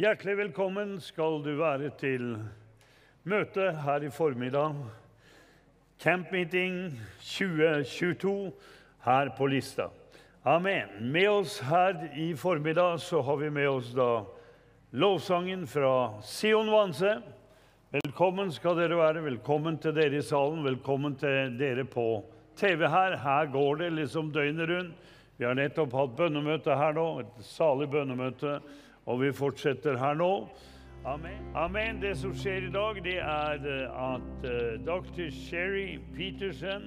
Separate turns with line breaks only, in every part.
Hjertelig velkommen skal du være til møtet her i formiddag. Camp Meeting 2022 her på Lista. Amen. Med oss her i formiddag så har vi med oss da lovsangen fra Sion Vanse. Velkommen skal dere være. Velkommen til dere i salen. Velkommen til dere på TV her. Her går det liksom døgnet rundt. Vi har nettopp hatt bønnemøte her nå. Et salig bønnemøte. Og vi fortsetter her nå. Amen. Amen. Det som skjer i dag, det er eh, at eh, dr. Sherry Peterson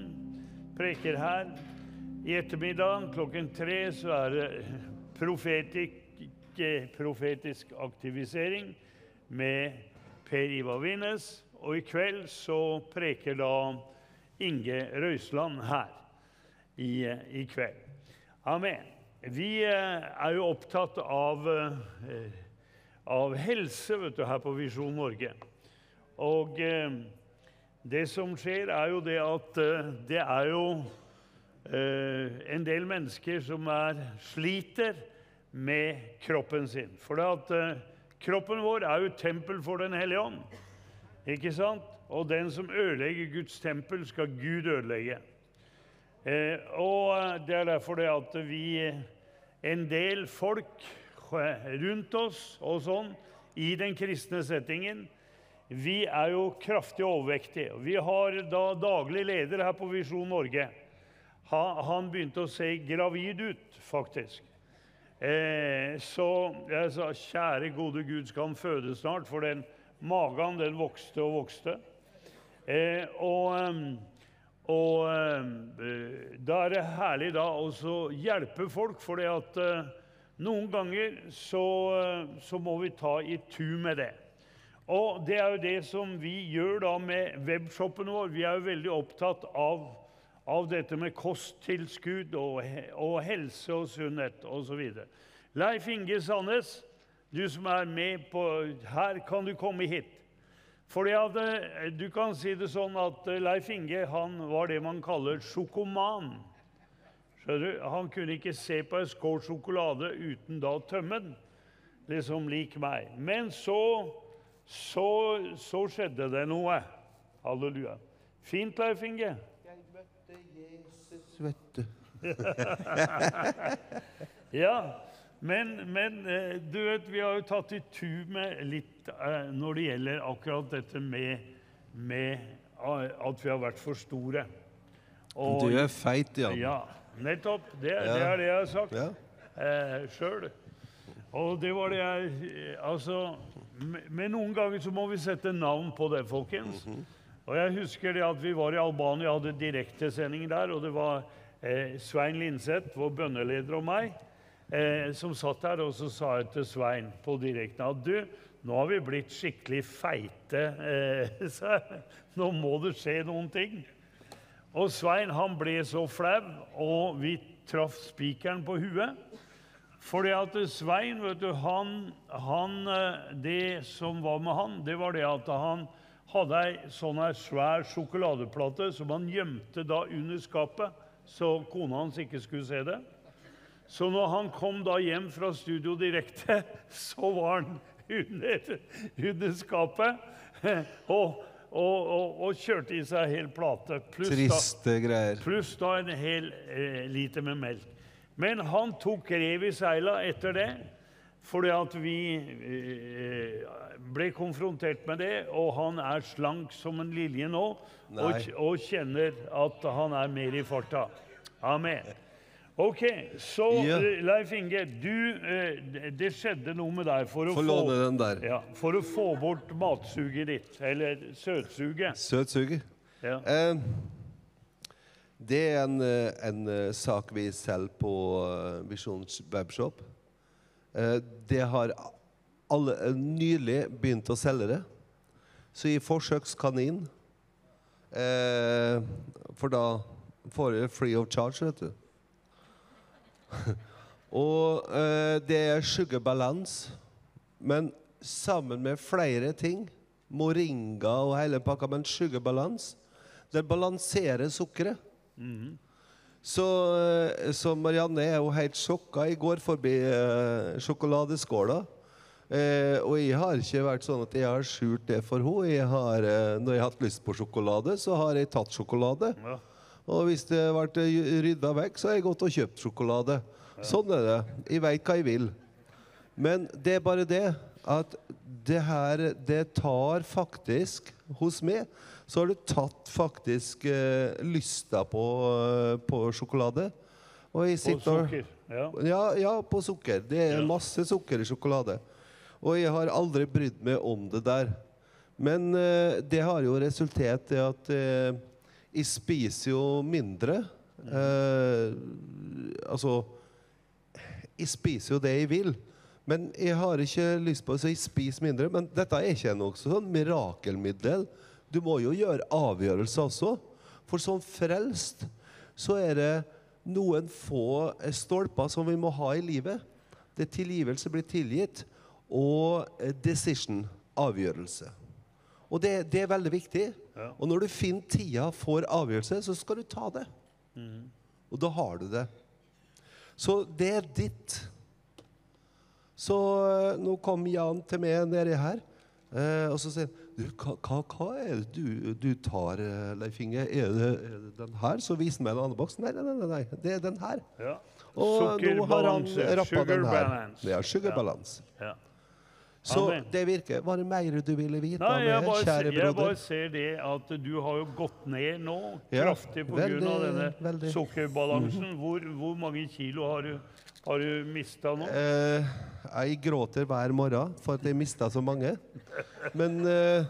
preker her. I ettermiddag klokken tre så er det profetikk, eh, profetisk aktivisering med Per Ivar Vinnes. Og i kveld så preker da Inge Røisland her i, eh, i kveld. Amen. Vi eh, er jo opptatt av eh, av helse vet du, her på Visjon Norge. Og eh, det som skjer, er jo det at eh, det er jo eh, en del mennesker som er, sliter med kroppen sin. For det at eh, kroppen vår er jo et tempel for Den hellige ånd. Ikke sant? Og den som ødelegger Guds tempel, skal Gud ødelegge. Eh, og eh, det er derfor det at vi, eh, en del folk eh, rundt oss og sånn, i den kristne settingen, vi er jo kraftig overvektige. Vi har da daglig leder her på Visjon Norge. Ha, han begynte å se gravid ut, faktisk. Eh, så jeg sa, kjære gode Gud, skal han føde snart? For den magen, den vokste og vokste. Eh, og... ehm, og eh, da er det herlig da også å hjelpe folk, for at eh, noen ganger så, eh, så må vi ta i tur med det. Og det er jo det som vi gjør da med webshoppen vår. Vi er jo veldig opptatt av, av dette med kosttilskudd og, he- og helse og sunnhet osv. Leif Inge Sandnes, du som er med på her, kan du komme hit. Fordi at eh, Du kan si det sånn at eh, Leif Inge han var det man kaller sjokoman. Skjønner du? Han kunne ikke se på en skål sjokolade uten da å tømme den. Liksom lik meg. Men så, så, så skjedde det noe. Halleluja. Fint, Leif Inge.
Jeg møtte Jesus, vet du.
Ja. Men, men eh, du vet, vi har jo tatt i tu med litt eh, når det gjelder akkurat dette med, med eh, at vi har vært for store. Og-
Du er feit, Jan.
Ja, nettopp. Det, det
Ja.
er det jeg har sagt
Ja.
eh, sjøl. Og det var det jeg eh, Altså me- Men noen ganger så må vi sette navn på det, folkens. Og jeg husker det at vi var i Albania og hadde direktesending der, og det var eh, Svein Linseth, vår bønneleder, og meg eh, som satt der, og så sa jeg til Svein på direkten at du, nå har vi blitt skikkelig feite, eh, sa jeg. Nå må det skje noen ting. Og Svein han ble så flau, og vi traff spikeren på huet. Fordi at Svein, vet du, han, han eh, Det som var med han, det var det at han hadde ei sånn ei svær sjokoladeplate som han gjemte da under skapet, så kona hans ikke skulle se det. Så når han kom da hjem fra studio direkte, så var han under, under skapet og, og, og, og kjørte i seg hel plate. Pluss da-
Triste greier.
Pluss da en hel eh, liter med melk. Men han tok rev i seila etter det, fordi at vi eh, ble konfrontert med det, og han er slank som en lilje nå, og,
Nei.
og kjenner at han er mer i farta. Amen. Ok, så
Ja.
eh, Leif Inge, du, eh, det- det skjedde noe med deg for å,
Få låne
få,
den der.
ja, for å få bort matsuget ditt, eller søtsuget.
Søt suger.
Ja.
Eh, det er en, eh, en eh, sak vi selger på eh, Visjons webshop. Eh, det har alle eh, nylig begynt å selge det. Så gi forsøkskanin. Eh, for da får du free of charge, vet du. Og eh, det er Sugar Balance. Men sammen med flere ting, moringa og hele pakka, men Sugar Balance, det balanserer sukkeret. Så, eh, så Marianne er jo helt sjokka. I går forbi eh, sjokoladeskåla, Eh, og jeg har ikke vært sånn at jeg har skjult det for henne. Jeg har, eh, når jeg har hatt lyst på sjokolade, så har jeg tatt sjokolade.
Ja.
Og hvis det ble rydda vekk, så har jeg gått og kjøpt sjokolade. Sånn er det. Jeg veit hva jeg vil. Men det er bare det at det her Det tar faktisk Hos meg så har du tatt faktisk eh, lysta på, eh, på sjokolade. Og jeg
Og
sitter og
sukker. Ja.
ja, ja, på sukker. Det er
Ja.
masse sukker i sjokolade. Og jeg har aldri brydd meg om det der. Men eh, det har jo resultert i at eh, jeg spiser jo mindre.
Mhm.
Eh, altså Jeg spiser jo det jeg vil. Men jeg har ikke lyst på det, så jeg spiser mindre. Men dette er ikke noe sånn mirakelmiddel. Du må jo gjøre avgjørelser også. For som frelst så er det noen få eh, stolper som vi må ha i livet. Det er tilgivelse blir tilgitt, og eh, decision, avgjørelse. Og det, det er veldig viktig.
Ja.
Og når du finner tida for avgjørelse, så skal du ta det. Og da har du det. Så det er ditt. Så eh, nå kom Jan til meg nedi her, eh, og så sier han du, hva, hva, hva er det du, du tar, eh, Leif Inge? Er det, er det den her? Så vis meg den andre boksen. Nei, nei, nei, nei, det er den her.
Ja.
Og nå har han
Sukkerbalanse.
rappa
Sugar
den her.
balance.
Det er sugarbalance.
Ja.
Så
Amen.
det virker. Var det mer du ville vite,
Nei, jeg
Amer,
bare,
kjære
se- jeg bare
broder?
ser det at du har jo gått ned nå,
Ja,
kraftig pga.
veldig,
denne
veldig. Mhm.
sukkerbalansen. Hvor, hvor mange kilo har du, har du mista nå?
Eh, jeg gråter hver morgen for at jeg mista så mange. Men, eh,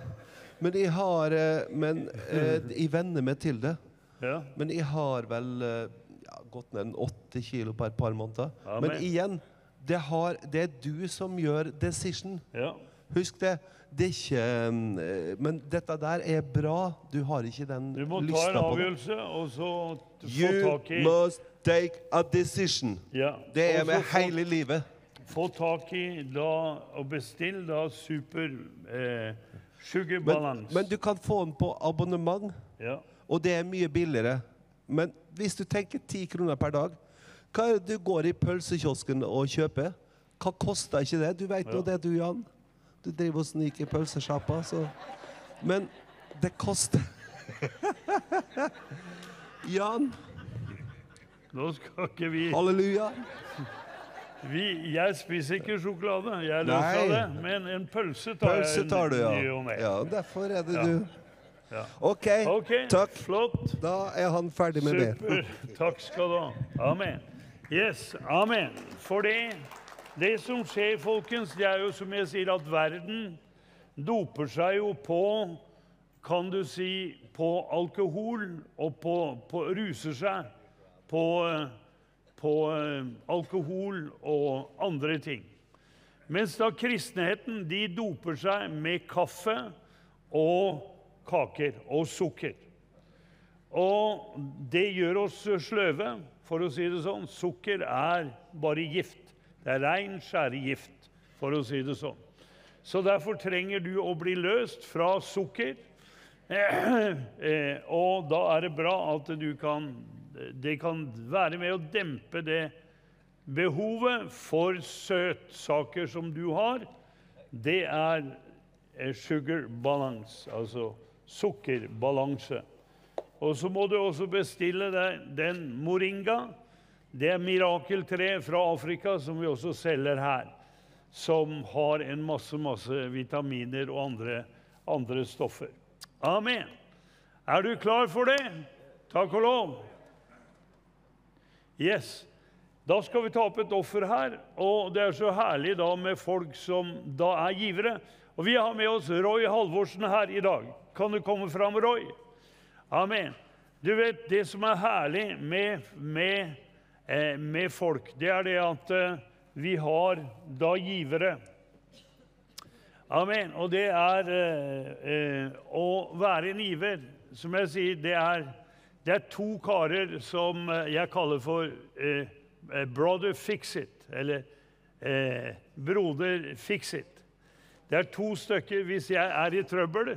men jeg har eh, Men eh, jeg venner meg til det.
Ja.
Men jeg har vel eh, ja, gått ned en åtte kilo på et par måneder.
Amen.
Men igjen, det, har, det er du som gjør decision.
ja.
Husk det. Det er ikke mm, eh, Men dette der er bra. Du har ikke den
Du må ta en
lysta på det.
avgjørelse og så t- få
You
tak i
must take a decision.
ja.
Det er
og så
med
få-
hele livet.
Få tak i da, og bestill da super eh, sugar
Men,
balance.
men du kan få den på abonnement,
ja.
og det er mye billigere. Men hvis du tenker 10 kroner per dag Hva er det du går i pølsekiosken og kjøper? Hva koster ikke det? Du vet jo det, du, Jan. Du driver og sniker i pølsesjappa, så Men det koster Jan,
Nå skal ikke vi
halleluja.
Vi, jeg spiser ikke sjokolade, jeg
Nei.
lover det. Men en pølse tar
Pølse tar du, ja.
jeg ny og ne.
ja. Derfor er det du.
Ja.
OK.
OK,
Takk.
flott.
Da er han ferdig med det.
Super. Takk skal du ha. Amen. Yes, amen. For det, det som skjer, folkens, det er jo som jeg sier, at verden doper seg jo på Kan du si på alkohol og på, på Ruser seg på, eh, på eh, alkohol og andre ting. Mens da kristenheten de doper seg med kaffe og kaker og sukker. Og det gjør oss sløve, for å si det sånn. Sukker er bare gift. Det er rein skjæregift, for å si det sånn. Så derfor trenger du å bli løst fra sukker. Eh, og da er det bra at du kan Det kan være med å dempe det behovet for søtsaker som du har. Det er eh, sugar balance, altså sukkerbalanse. Og så må du også bestille deg den moringa. Det er mirakeltre fra Afrika som vi også selger her. Som har en masse, masse vitaminer og andre, andre stoffer. Amen. Er du klar for det? Takk og lov. Yes. Da skal vi ta opp et offer her, og det er så herlig da med folk som da er givere. Og vi har med oss Roy Halvorsen her i dag. Kan du komme fram, Roy? Amen. Du vet, det som er herlig med, med, eh, med folk, det er det at eh, vi har da givere. Amen. Og det er eh, eh, å være en giver, som jeg sier, det er, det er to karer som eh, jeg kaller for eh, eh, Brother Fix It, eller eh, Broder Fix It. Det er to stykker hvis jeg er i trøbbel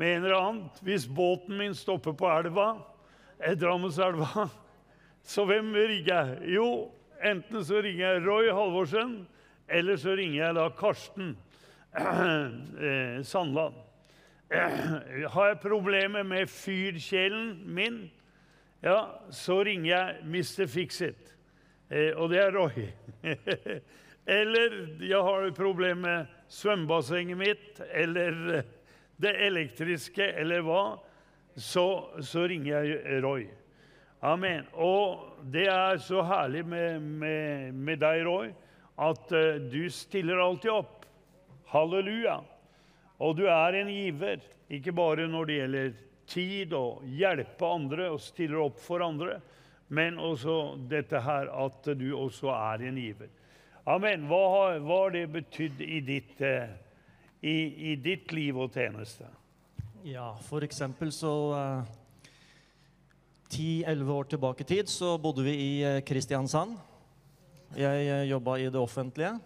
med en eller annen. Hvis båten min stopper på elva, eh, Drammenselva, så hvem ringer jeg? Jo, enten så ringer jeg Roy Halvorsen, Eller så ringer jeg da Karsten eh, Sandland. Har jeg problemer med fyrkjelen min, ja, så ringer jeg Mr. Fixit. Eh, og det er Roy. eller jeg har et problem med svømmebassenget mitt, eller eh, det elektriske, eller hva. Så, så ringer jeg Roy. Amen. Og det er så herlig med, med, med deg, Roy, at eh, du stiller alltid opp. Halleluja. Og du er en giver, ikke bare når det gjelder tid og hjelpe andre og stiller opp for andre, men også dette her at du også er en giver. Amen. Hva har, hva har det betydd i ditt, eh, i, i ditt liv og tjeneste?
Ja, for eksempel så eh, Ti-elleve år tilbake i tid så bodde vi i eh, Kristiansand. Jeg eh, jobba i det offentlige.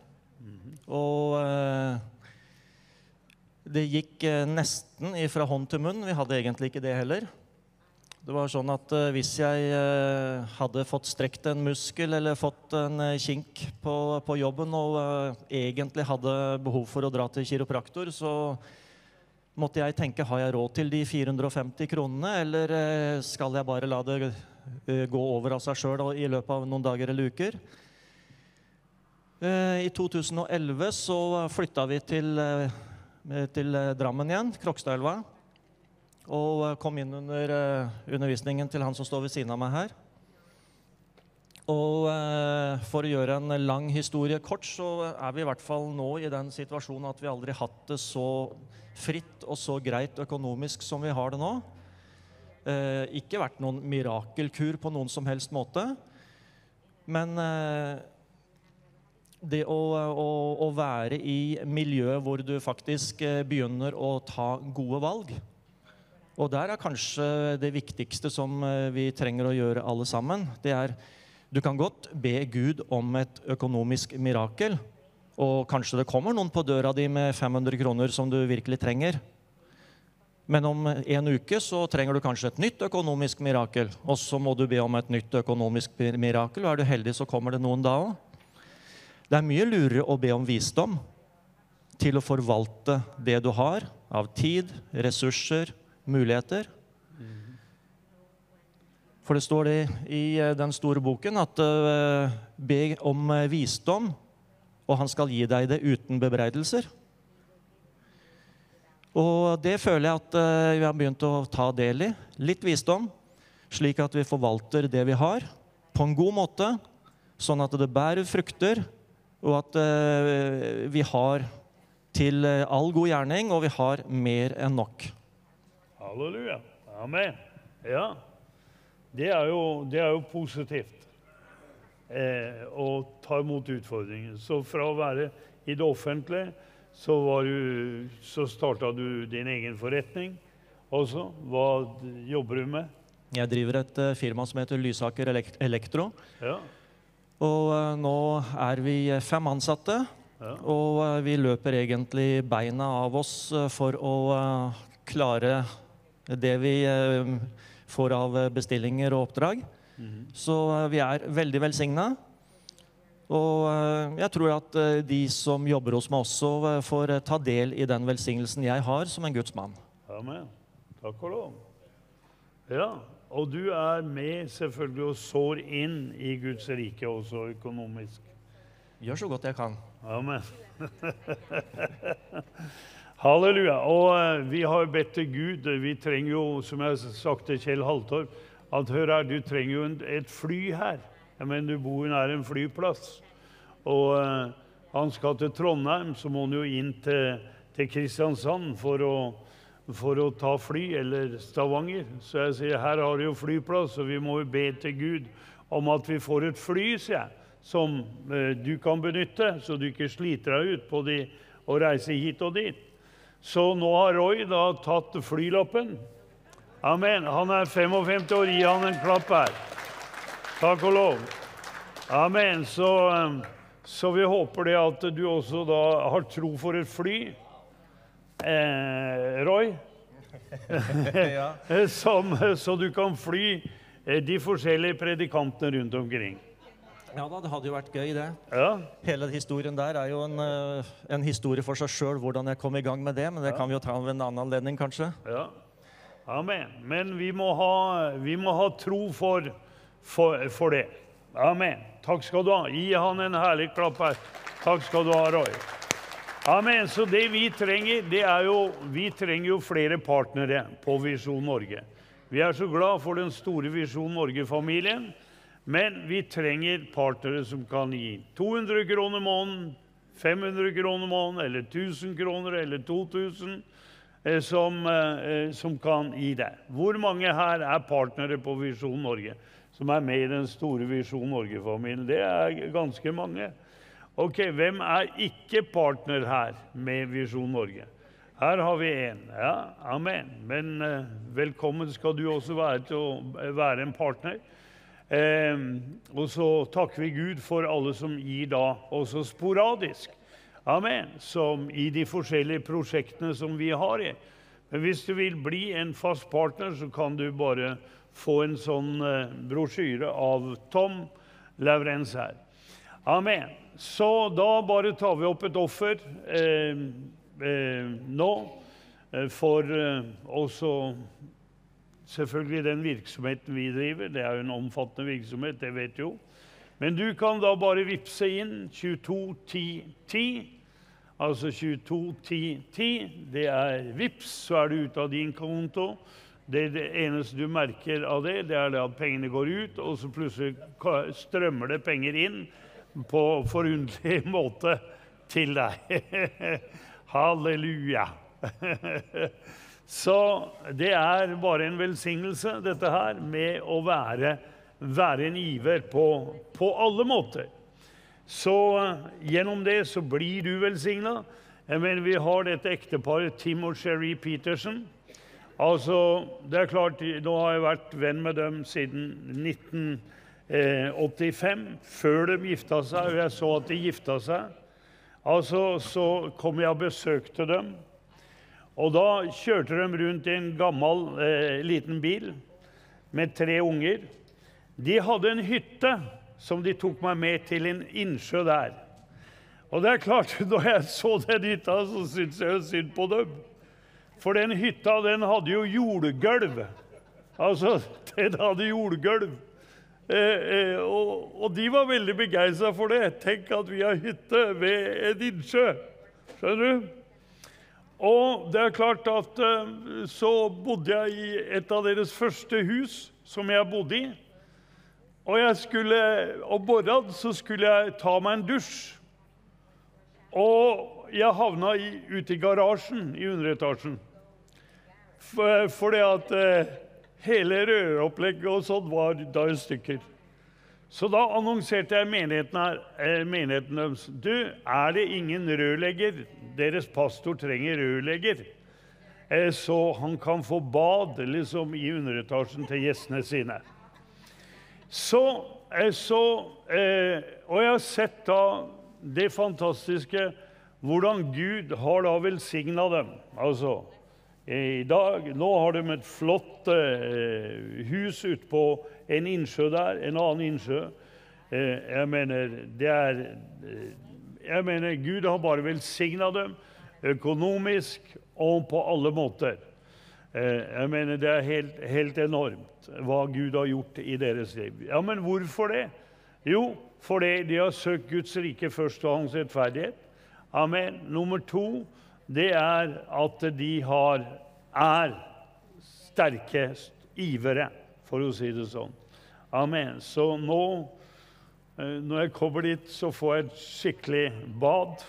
Og eh, det gikk eh, nesten fra hånd til munn. Vi hadde egentlig ikke det heller. Det var sånn at eh, hvis jeg eh, hadde fått strekt en muskel eller fått en eh, kink på, på jobben og eh, egentlig hadde behov for å dra til kiropraktor, så måtte jeg tenke har jeg råd til de 450 kronene, eller eh, skal jeg bare la det eh, gå over av seg sjøl i løpet av noen dager eller uker? Eh, I 2011 så flytta vi til, eh, eh, til eh, Drammen igjen, Krokstadelva. Og eh, kom inn under eh, undervisningen til han som står ved siden av meg her. Og eh, for å gjøre en lang historie kort, så er vi i hvert fall nå i den situasjonen at vi aldri har hatt det så fritt og så greit økonomisk som vi har det nå. Eh, ikke vært noen mirakelkur på noen som helst måte. Men eh, det å, å, å være i miljø hvor du faktisk eh, begynner å ta gode valg Og der er kanskje det viktigste som eh, vi trenger å gjøre alle sammen. Det er du kan godt be Gud om et økonomisk mirakel. Og kanskje det kommer noen på døra di med 500 kroner som du virkelig trenger. Men om en uke så trenger du kanskje et nytt økonomisk mirakel. Og så må du be om et nytt økonomisk mir- mirakel, og er du heldig, så kommer det noen da òg. Det er mye lurere å be om visdom til å forvalte det du har av tid, ressurser, muligheter. For det står det i eh, den store boken at eh, be om eh, visdom og han skal gi deg det uten bebreidelser. Og det føler jeg at eh, vi har begynt å ta del i. Litt visdom, slik at vi forvalter det vi har, på en god måte, sånn at det bærer frukter, og at eh, vi har til eh, all god gjerning, og vi har mer enn nok.
Halleluja. Amen. Ja. Det er jo, det er jo positivt eh, å ta imot utfordringer. Så fra å være i det offentlige, så, var du, så starta du din egen forretning også. Hva d- jobber du med?
Jeg driver et eh, firma som heter Lysaker Elek- Elektro,
Ja.
og eh, nå er vi eh, fem ansatte.
ja.
Og eh, vi løper egentlig beina av oss eh, for å eh, klare det vi eh, får av eh, bestillinger og oppdrag.
Mhm.
Så eh, vi er veldig velsigna. Og eh, jeg tror at eh, de som jobber hos meg også eh, får eh, ta del i den velsignelsen jeg har som en Guds mann.
Amen. Takk og lov. Ja. Og du er med selvfølgelig og sår inn i Guds rike også økonomisk.
Gjør så godt jeg kan.
Amen. Halleluja. Og eh, vi har bedt til Gud. Vi trenger jo, som jeg har sagt til Kjell Haltorp, at hør her, du trenger jo en, et fly her. Jeg mener, du bor jo nær en flyplass. Og eh, han skal til Trondheim, så må han jo inn til, til Kristiansand for å, for å ta fly, eller Stavanger. Så jeg sier her har du jo flyplass, og vi må jo be til Gud om at vi får et fly, sier jeg, som eh, du kan benytte, så du ikke sliter deg ut på de, å reise hit og dit. Så nå har Roy da tatt flylappen. Amen. Han er 55 år. Gi han en klapp her. Takk og lov. Amen. Så, eh, så vi håper det at du også da har tro for et fly, eh, Roy, eh, som, så du kan fly eh, de forskjellige predikantene rundt omkring.
Ja da, det hadde jo vært gøy, det.
Ja,
Hele historien der er jo en, eh, en historie for seg sjøl, hvordan jeg kom i gang med det. Men det kan vi jo ta ved en annen anledning, kanskje.
ja. Amen. Men vi må ha, vi må ha tro for, for, for det. Amen. Takk skal du ha. Gi han en herlig klapp her. Takk skal du ha, Roy. Amen. Så det vi trenger, det er jo Vi trenger jo flere partnere på Visjon Norge. Vi er så glad for den store Visjon Norge-familien, men vi trenger partnere som kan gi 200 kroner måneden, 500 kroner måneden, eller 1000 kroner, eller 2000, eh, som, eh, som kan gi deg. Hvor mange her er partnere på Visjon Norge, som er med i den store Visjon Norge-familien? Det er ganske mange. Ok, hvem er ikke partner her med Visjon Norge? Her har vi én. Ja, amen. Men eh, velkommen skal du også være til å være en partner. Eh, og så takker vi Gud for alle som gir da også sporadisk. Amen. Som i de forskjellige prosjektene som vi har i. Men hvis du vil bli en fast partner, så kan du bare få en sånn eh, brosjyre av Tom Laurens her. Amen. Så da bare tar vi opp et offer eh, eh, nå eh, for eh, også selvfølgelig den virksomheten vi driver. Det er jo en omfattende virksomhet, det vet du jo. Men du kan da bare vippse inn 221010. Altså 221010. Det er vips, så er det ute av din konto. Det, det eneste du merker av det, det er det at pengene går ut, og så plutselig ka- strømmer det penger inn på forunderlig måte til deg. Halleluja. Så det er bare en velsignelse, dette her, med å være, være en giver på, på alle måter. Så eh, gjennom det så blir du velsigna. Men vi har dette ekteparet Tim og Sherry Petersen. Altså, det er klart, Nå har jeg vært venn med dem siden 1985, før de gifta seg. Og jeg så at de gifta seg. Altså, Så kom jeg og besøkte dem. Og da kjørte de rundt i en gammel, eh, liten bil med tre unger. De hadde en hytte som de tok meg med til en innsjø der. Og det er klart, når jeg så den hytta, så syntes jeg jo synd på dem. For den hytta, den hadde jo jordgulv. Altså, den hadde jordgulv. Eh, eh, og, og de var veldig begeistra for det. Tenk at vi har hytte ved en innsjø. Skjønner du? Og det er klart at eh, så bodde jeg i et av deres første hus som jeg bodde i. Og jeg skulle, om morgenen så skulle jeg ta meg en dusj. Og jeg havna i, ute i garasjen i underetasjen. For, fordi at eh, hele røropplegget og sånn var da i stykker. Så da annonserte jeg menigheten, her, eh, menigheten deres. Du, er det ingen rørlegger? Deres pastor trenger rørlegger. Eh, så han kan få bad liksom, i underetasjen til gjestene sine. Så, eh, så eh, Og jeg har sett da det fantastiske hvordan Gud har da velsigna dem. Altså i dag, Nå har de et flott eh, hus ute på en innsjø der, en annen innsjø. Eh, jeg mener, det er eh, Jeg mener, Gud har bare velsigna dem økonomisk og på alle måter. Eh, Jeg mener Det er helt, helt enormt hva Gud har gjort i deres liv. Ja, Men hvorfor det? Jo, fordi de har søkt Guds rike først og hans rettferdighet. Amen. Nummer to, det er at de har, er sterke ivere, for å si det sånn. Amen. Så nå, eh, når jeg kommer dit, så får jeg et skikkelig bad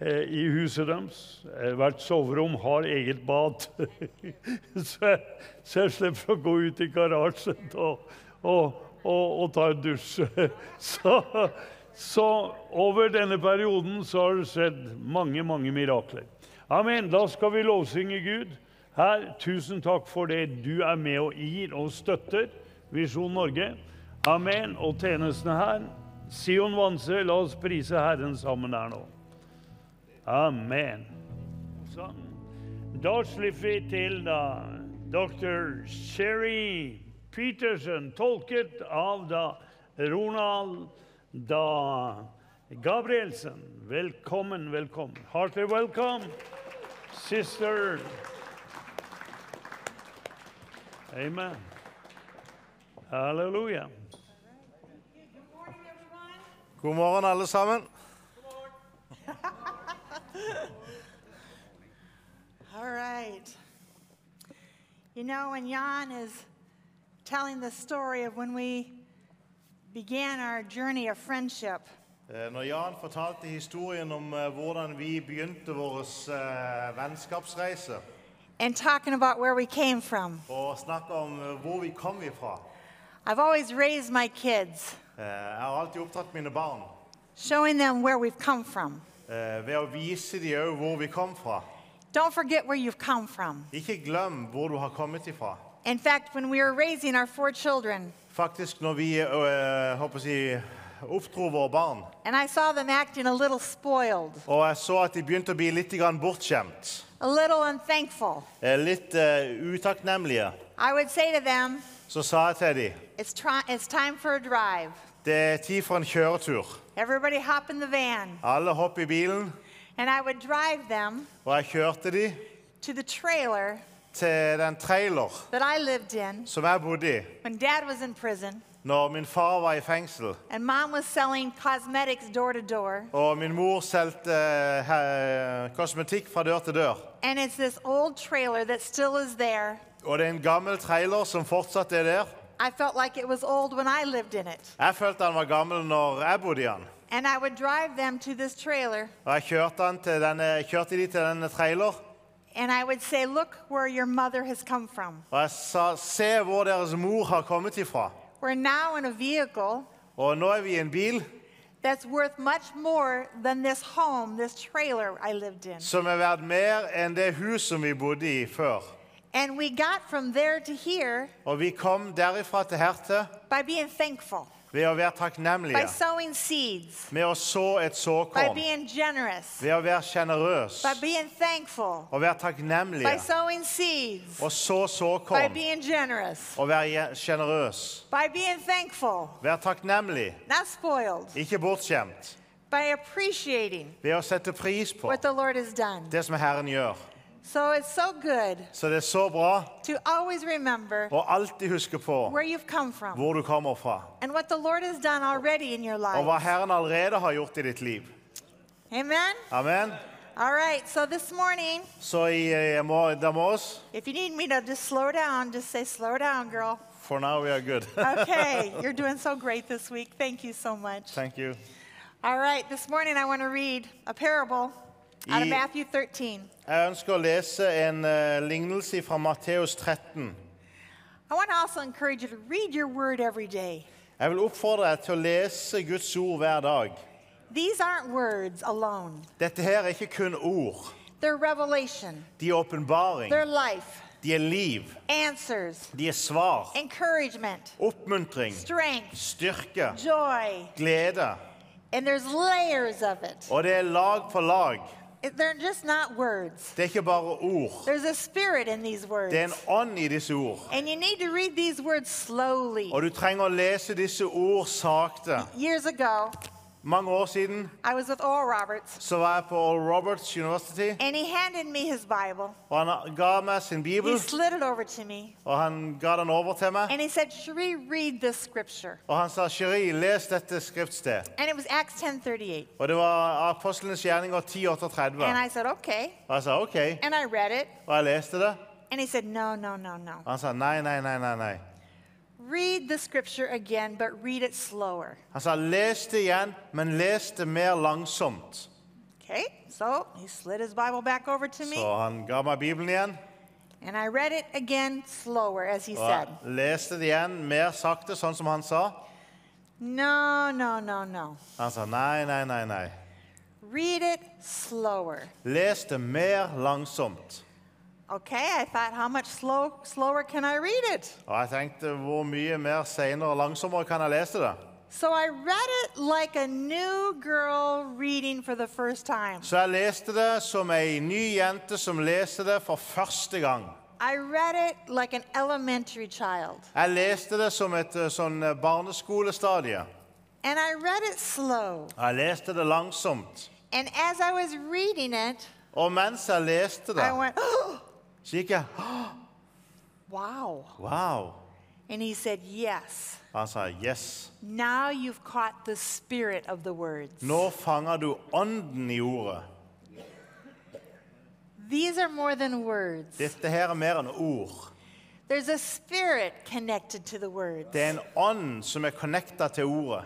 eh, i huset deres. Eh, Hvert soverom har eget bad. så, jeg, så jeg slipper å gå ut i garasjen og, og, og, og ta en dusj. så, så over denne perioden så har det skjedd mange, mange mirakler. Amen. Da skal vi lovsynge Gud. Her, tusen takk for det du er med og gir og støtter Visjon Norge. Amen. Og tjenestene her. Sion Vanse, la oss prise Herren sammen her nå. Amen. Sånn. Da slipper vi til da dr. Sherry Peterson, tolket av da Ronald da Gabrielsen. Velkommen, velkommen. Heartily welcome, sister. Amen. Hallelujah.
God morgen, alle sammen.
All right. You know, when Jan is telling the story of when we began our journey of friendship,
Eh, Når Jan fortalte historien om eh, hvordan vi begynte vår eh, vennskapsreise,
and talking about where we came from,
og snakka om eh, hvor vi kom ifra
I've always raised my kids,
eh, Jeg har alltid opptatt mine barn
showing them where we've come from.
eh, ved å vise dem òg hvor vi kom fra.
Don't forget where you've come from.
Ikke glem hvor du har kommet ifra.
In fact, when we were raising our four children,
Faktisk, når vi eh, håper å si, oppdro våre barn,
and I saw them acting a little spoiled,
og jeg så at de begynte å bli litt grann bortskjemt,
a little unthankful,
eh, litt eh, utakknemlige,
I would say to them,
så sa jeg til dem
it's, try- it's time for a drive.
det er tid for en kjøretur.
Everybody hop in the van.
Alle hopp i bilen,
And I would drive them
og jeg kjørte de
to the trailer
til den trailer
that I lived in
som jeg bodde i
when dad was in prison
når min far var i fengsel.
and mom was selling cosmetics door to door.
Og min mor solgte eh, he- kosmetikk fra dør til dør.
And it's this old trailer that still is there.
Og det er en gammel trailer som fortsatt er der.
I felt like it was old when I lived in it.
Jeg følte han var gammel når jeg bodde i han.
And I would drive them to this trailer
Og jeg kjørte, han til denne, kjørte de til denne trailer,
and I would say, Look where your mother has come from.
og jeg sa se hvor deres mor har kommet ifra.
We're now in a vehicle
Og nå er vi i en bil
that's worth much more than this home, this trailer I lived in.
som er verdt mer enn det hus som vi bodde i før.
And we got from there to here
Og vi kom derifra til hertil
by being thankful.
ved å være
by
takknemlige.
sowing seeds,
Med å så et
by
såkorn.
being generous,
Ved å være sjenerøs.
by being thankful,
Og være
by
takknemlige.
sowing seeds,
Og så
by
såkorn.
being generous,
Og være je- sjenerøs.
by being thankful,
Være takknemlig.
not spoiled,
Ikke bortskjemt.
by appreciating
Ved å sette pris på
what the Lord has done.
det som Herren gjør.
So it's so good
Så det er så bra
to always remember
å alltid huske på
where you've come from
hvor du kommer fra.
and what the Lord has done already in your
Og hva
life.
Herren allerede har gjort i ditt liv.
Amen?
Amen.
All right, so this morning,
Så i, eh, mor- da må oss
if you need me to just slow down, just say, slow down, girl.
For now we are good.
Okay, you're doing so great this week. Thank you so much.
Thank you.
All right, this morning I want to read a parable out of
Ye-
Matthew 13.
Jeg ønsker å lese en eh, lignelse fra Matteus 13.
I want to also encourage you to read your word every day.
Jeg vil oppfordre deg til å lese Guds ord hver dag.
These aren't words alone,
Dette her er ikke kun ord.
they're revelation,
De er åpenbaring.
they're life,
De er liv.
answers,
De er svar.
encouragement,
Oppmuntring.
strength,
Styrke.
joy,
Glede.
and there's layers of it.
Og det er lag for lag.
It- They're just not words,
Det er ikke bare ord.
there's a spirit in these words.
Det er en ånd i disse ord.
And you need to read these words slowly.
Og du trenger å lese disse ord sakte.
Years ago,
Mange år siden
I was with Oral Roberts,
så var jeg på Oral Roberts University,
and he handed me his Bible.
og han ga meg sin bibel,
He slid it over to me
og han ga den over til meg.
and he said, Cherie, read this scripture.
Og han sa, Sheri, les dette skriftsted.
And it was Acts 10:38.
Og det var Apostlenes gjerninger
And
1038.
I said, okay.
Og jeg sa OK.
And I read it.
Og jeg leste det.
And he said, no, no, no, no.
Og han sa nei, nei, nei, nei. nei.
Read the scripture again, but read it slower.
Han sa les det igjen, men les det mer langsomt.
Okay. So he slid his Bible back over to
Så
me.
han ga meg Bibelen igjen.
And I read it again slower, as he
Og
said.
jeg leste det igjen mer sakte, sånn som han sa.
No, no, no, no.
Han sa nei, nei, nei, nei.
Read it slower.
Les det mer langsomt.
Okay, I thought, how much slow, slower can I read it?
Og jeg tenkte hvor mye mer seinere og langsommere kan jeg lese det?
So I read it like a new girl reading for the first time.
Så jeg leste det som ei ny jente som leser det for første gang.
I read it like an elementary child.
Jeg leste det som et eh, sånn eh, barneskolestadie.
And I read it slow.
Jeg leste det langsomt.
And as I was reading it,
Og mens jeg leste det,
I went, oh,
så gikk jeg «Hå!
wow.
Wow.
And he said, Yes,
Han sa yes.
now you've caught the spirit of the words.
Nå fanger du ånden i ordet.
These are more than words.
Dette her er mer enn ord.
There's a spirit connected to the words.
Det er en ånd som er connecta til ordet.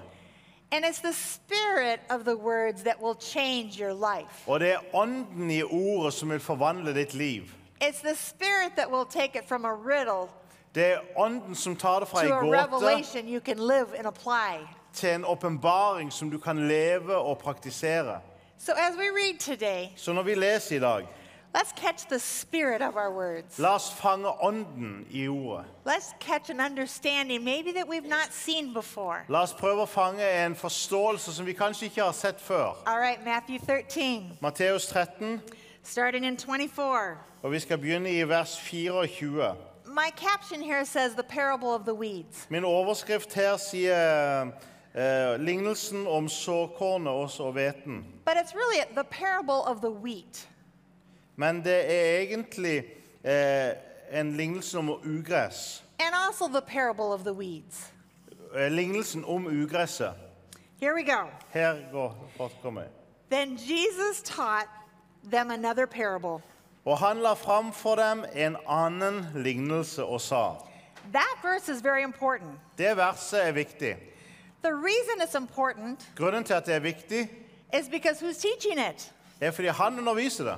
And it's the spirit of the words that will change your life.
Og det er ånden i ordet som vil forvandle ditt liv.
It's the spirit that will take it from a riddle
Det er ånden som tar det fra ei
to a
gåte
revelation you can live and apply.
til en åpenbaring som du kan leve og praktisere.
So as we read today,
Så når vi leser i dag,
let's catch the spirit of our words.
la oss fange ånden i ordet.
Let's catch an understanding maybe that we've not seen before.
La oss prøve å fange en forståelse som vi kanskje ikke har sett før.
All right, Matthew 13,
Matteus 13,
starting in 24.
og vi skal begynne i vers 24.
My caption here says the parable of the weeds.
Min overskrift her sier eh, lignelsen om såkornet og så hveten.
But it's really the parable of the wheat.
Men det er egentlig eh, en lignelse om ugress.
And also the parable of the weeds.
Eh, lignelsen om ugresset.
Here we go.
Her går fortkommet.
Then Jesus taught them another parable.
Og han la fram for dem en annen lignelse og sa
That verse is very important.
Det verset er viktig.
The reason it's important
Grunnen til at det er viktig,
is because who's teaching it?
er fordi han underviser det.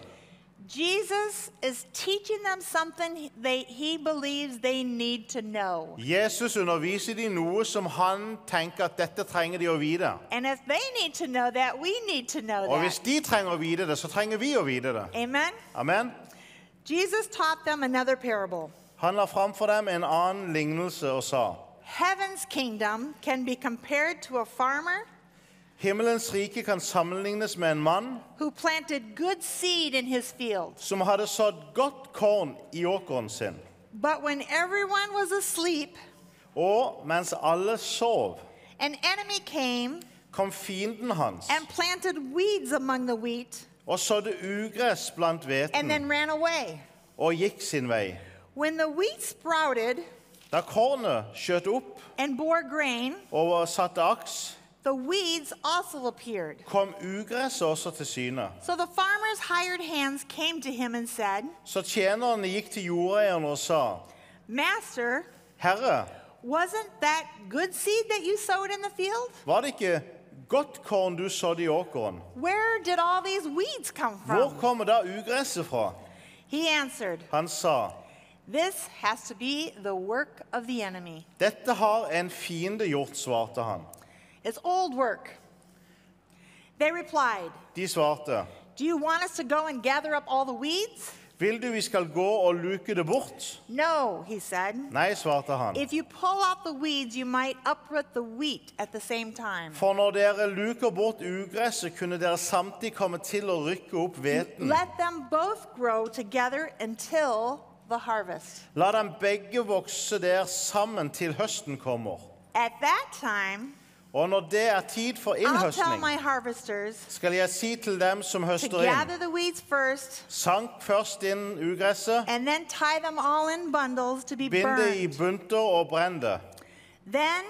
Jesus is teaching them something they, he believes they need to know.
Jesus underviser de noe som han tenker at dette trenger de å vite.
And if they need to know that, we need to know
Og hvis
that.
de trenger å vite det, så trenger vi å vite det.
Amen?
Amen.
Jesus taught them another parable.
Han la fram for dem en annen lignelse og sa
Heaven's kingdom can be compared to a farmer
Himmelens rike kan sammenlignes med en mann
who planted good seed in his field.
som hadde sådd godt korn i åkeren sin.
But when everyone was asleep,
Og mens alle sov,
an enemy came
kom fienden hans
and planted weeds among the wheat
og sådde ugress blant
and
hveten
then ran away.
og gikk sin vei.
When the wheat sprouted
Da kornet skjøt opp
and bore grain,
og satte aks,
the weeds also appeared.
kom ugresset også til syne.
So the farmer's hired hands came to him and said,
Så tjenerne gikk til jordeieren og sa,
Master,
Herre,
wasn't that good seed that you sowed in the field?
var det ikke godt korn du sådde i åkeren?
Where did all these weeds come
Hvor
from?
kommer da ugresset fra?
He answered,
Han sa,
This has to be the work of the enemy.
dette har en fiende gjort, svarte han.
It's old work. They replied,
De svarte,
Do you want us to go and gather up all the weeds?
vil du vi skal gå og luke det bort?
No, he said.
Nei, svarte han.
If you pull out the weeds, you might uproot the wheat at the same time.
For når dere luker bort ugresset, kunne dere samtidig komme til å rykke opp hveten.
Let them both grow together until the harvest.
La dem begge vokse der sammen til høsten kommer.
At that time,
Og når det er tid for
I'll tell
innhøstning,
my harvesters
skal jeg si til dem som
to
høster inn,
gather the weeds first
sank først inn ugresset,
and then tie them all in bundles to be
bind det i
burned.
bunter og brenn det.
Then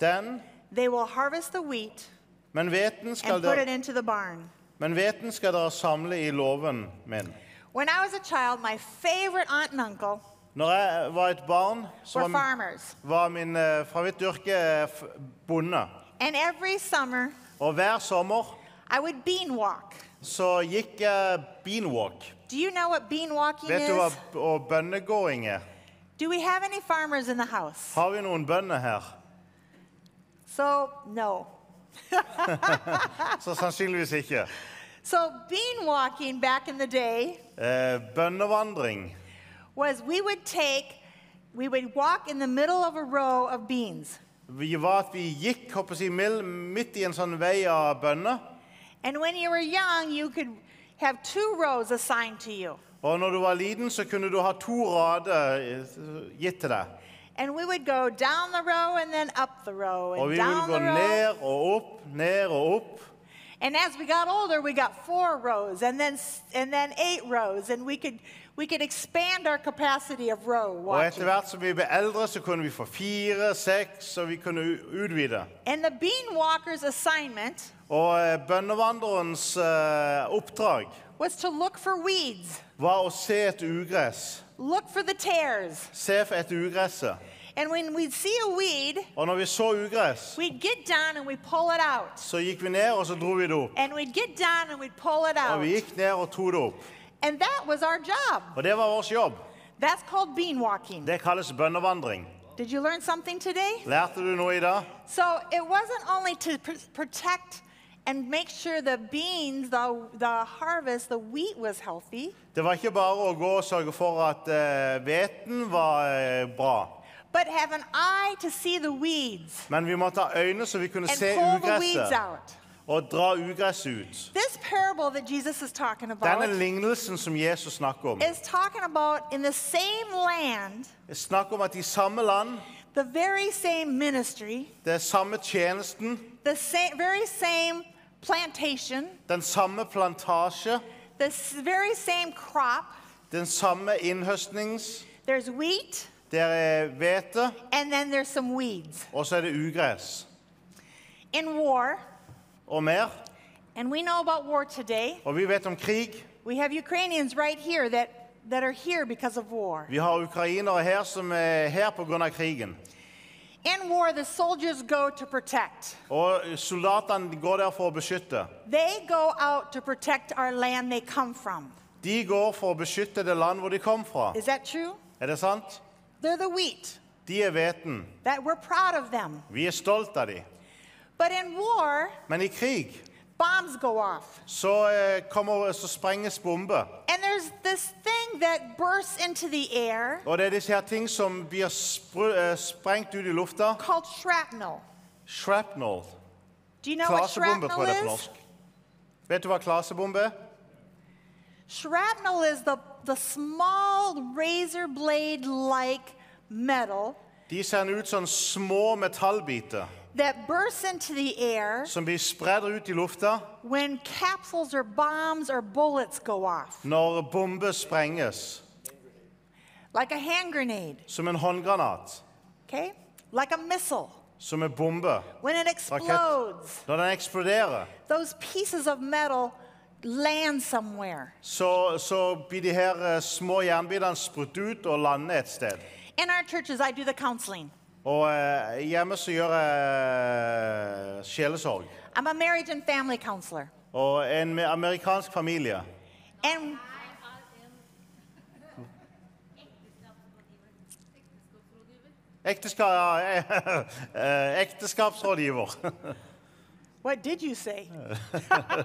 Den,
they will harvest the wheat
men hveten skal
and put it
dere,
into the barn.
men hveten skal dere samle i låven min.
When I was a child, my favorite aunt and uncle
Når jeg var et barn, så
were
var,
farmers.
var min eh, fra mitt yrke eh, f- bonde.
And every summer,
Og hver sommer
I would bean walk.
så gikk jeg beanwalk.
Do you know what bean walking
Vet du hva
is?
og bønnegåing er?
Do we have any farmers in the house?
Har vi noen bønder her?
So, no.
Så sannsynligvis ikke.
So, bean walking back in the day
Eh, bønnevandring.
was we would take, we would walk in the middle of a row of beans.
Vi var at vi gikk håper jeg, å si, mill- midt i en sånn vei av bønner.
And when you were young, you could have two rows assigned to you.
Og når du var liten, så kunne du ha to rader eh, gitt til deg.
And we would go down the row and then up the row
Og
and
vi ville
down
gå
the row.
ned og opp, ned og opp.
And as we got older, we got four rows and then s- and then eight rows, and we could we could expand our capacity of row
Og etter
watching.
hvert som vi ble eldre, så kunne vi få fire, seks, og vi kunne u- utvide.
And the bean walker's assignment
Og eh, bønnevanderens eh, oppdrag
was to look for weeds,
var å se etter ugress.
look for the tares.
Se etter ugresset.
And when we'd see a weed,
Og når vi så ugress,
we'd get down and we'd pull it out.
så gikk vi ned, og så dro vi det opp.
And we'd get down and we'd pull it
Og
out.
vi gikk ned og tok det opp.
And that was our job.
Og det var vår jobb.
That's called bean walking.
Det kalles bønnevandring.
Did you learn something today?
Lærte du noe i dag?
So it wasn't only to pr- protect and make sure the beans, the, the harvest, the wheat was healthy,
Det var ikke bare å gå og sørge for at eh, hveten var eh, bra,
but have an eye to see the weeds
men vi måtte ha øyne så vi kunne
and
se
pull the weeds
ugresset
out.
og dra ugresset ut.
This parable that Jesus is talking
Denne
about
lignelsen som Jesus snakker om,
is talking about in the same land,
snakker om at i samme land,
the very same ministry,
det er samme tjenesten,
the same, very same plantation,
den samme plantasje,
the s- very same crop.
den samme innhøstnings,
There's wheat,
der er eh, hvete,
and then there's some weeds.
og så er det ugress.
In war,
Og mer.
and we know about war today,
Og vi vet om krig.
we have Ukrainians right here that, that are here because of war.
Vi har ukrainere her som er her pga. krigen.
In war, the soldiers go to protect.
Og soldatene går der for å beskytte.
They go out to protect our land they come from.
De går for å beskytte det land hvor de kom fra.
Is that true?
Er det sant?
They're the wheat.
De er hveten.
That we're proud of them.
Vi er stolt av dem.
But in war,
Men i krig
bombs go off.
så, eh, kommer, så sprenges bomber.
And there's this thing that bursts into the air
Og det er disse her ting som blir spru- eh, sprengt ut i lufta.
called shrapnel.
Shrapnel.
Do you know what
Klasebombe,
shrapnel
tror jeg det er på
is?
norsk. Vet du hva klasebombe er?
Shrapnel is the, the small razor blade like metal
De ser ut som små metallbiter
that bursts into the air
som blir spredd ut i lufta
when capsules or bombs or bullets go off,
når bomber sprenges.
like a hand grenade,
Som en håndgranat.
okay? Like a missile.
Som en bombe.
When it explodes,
Når den eksploderer,
those pieces of metal land somewhere.
så, så blir de her eh, små jernbitene sprutt ut og lander et sted.
In our churches, I do the counseling.
Og eh, hjemme så gjør jeg sjelesorg.
I'm a marriage and family counselor.
Og en me- amerikansk familie
And
Ekteska, eh, Ekteskapsrådgiver.
what did you say? and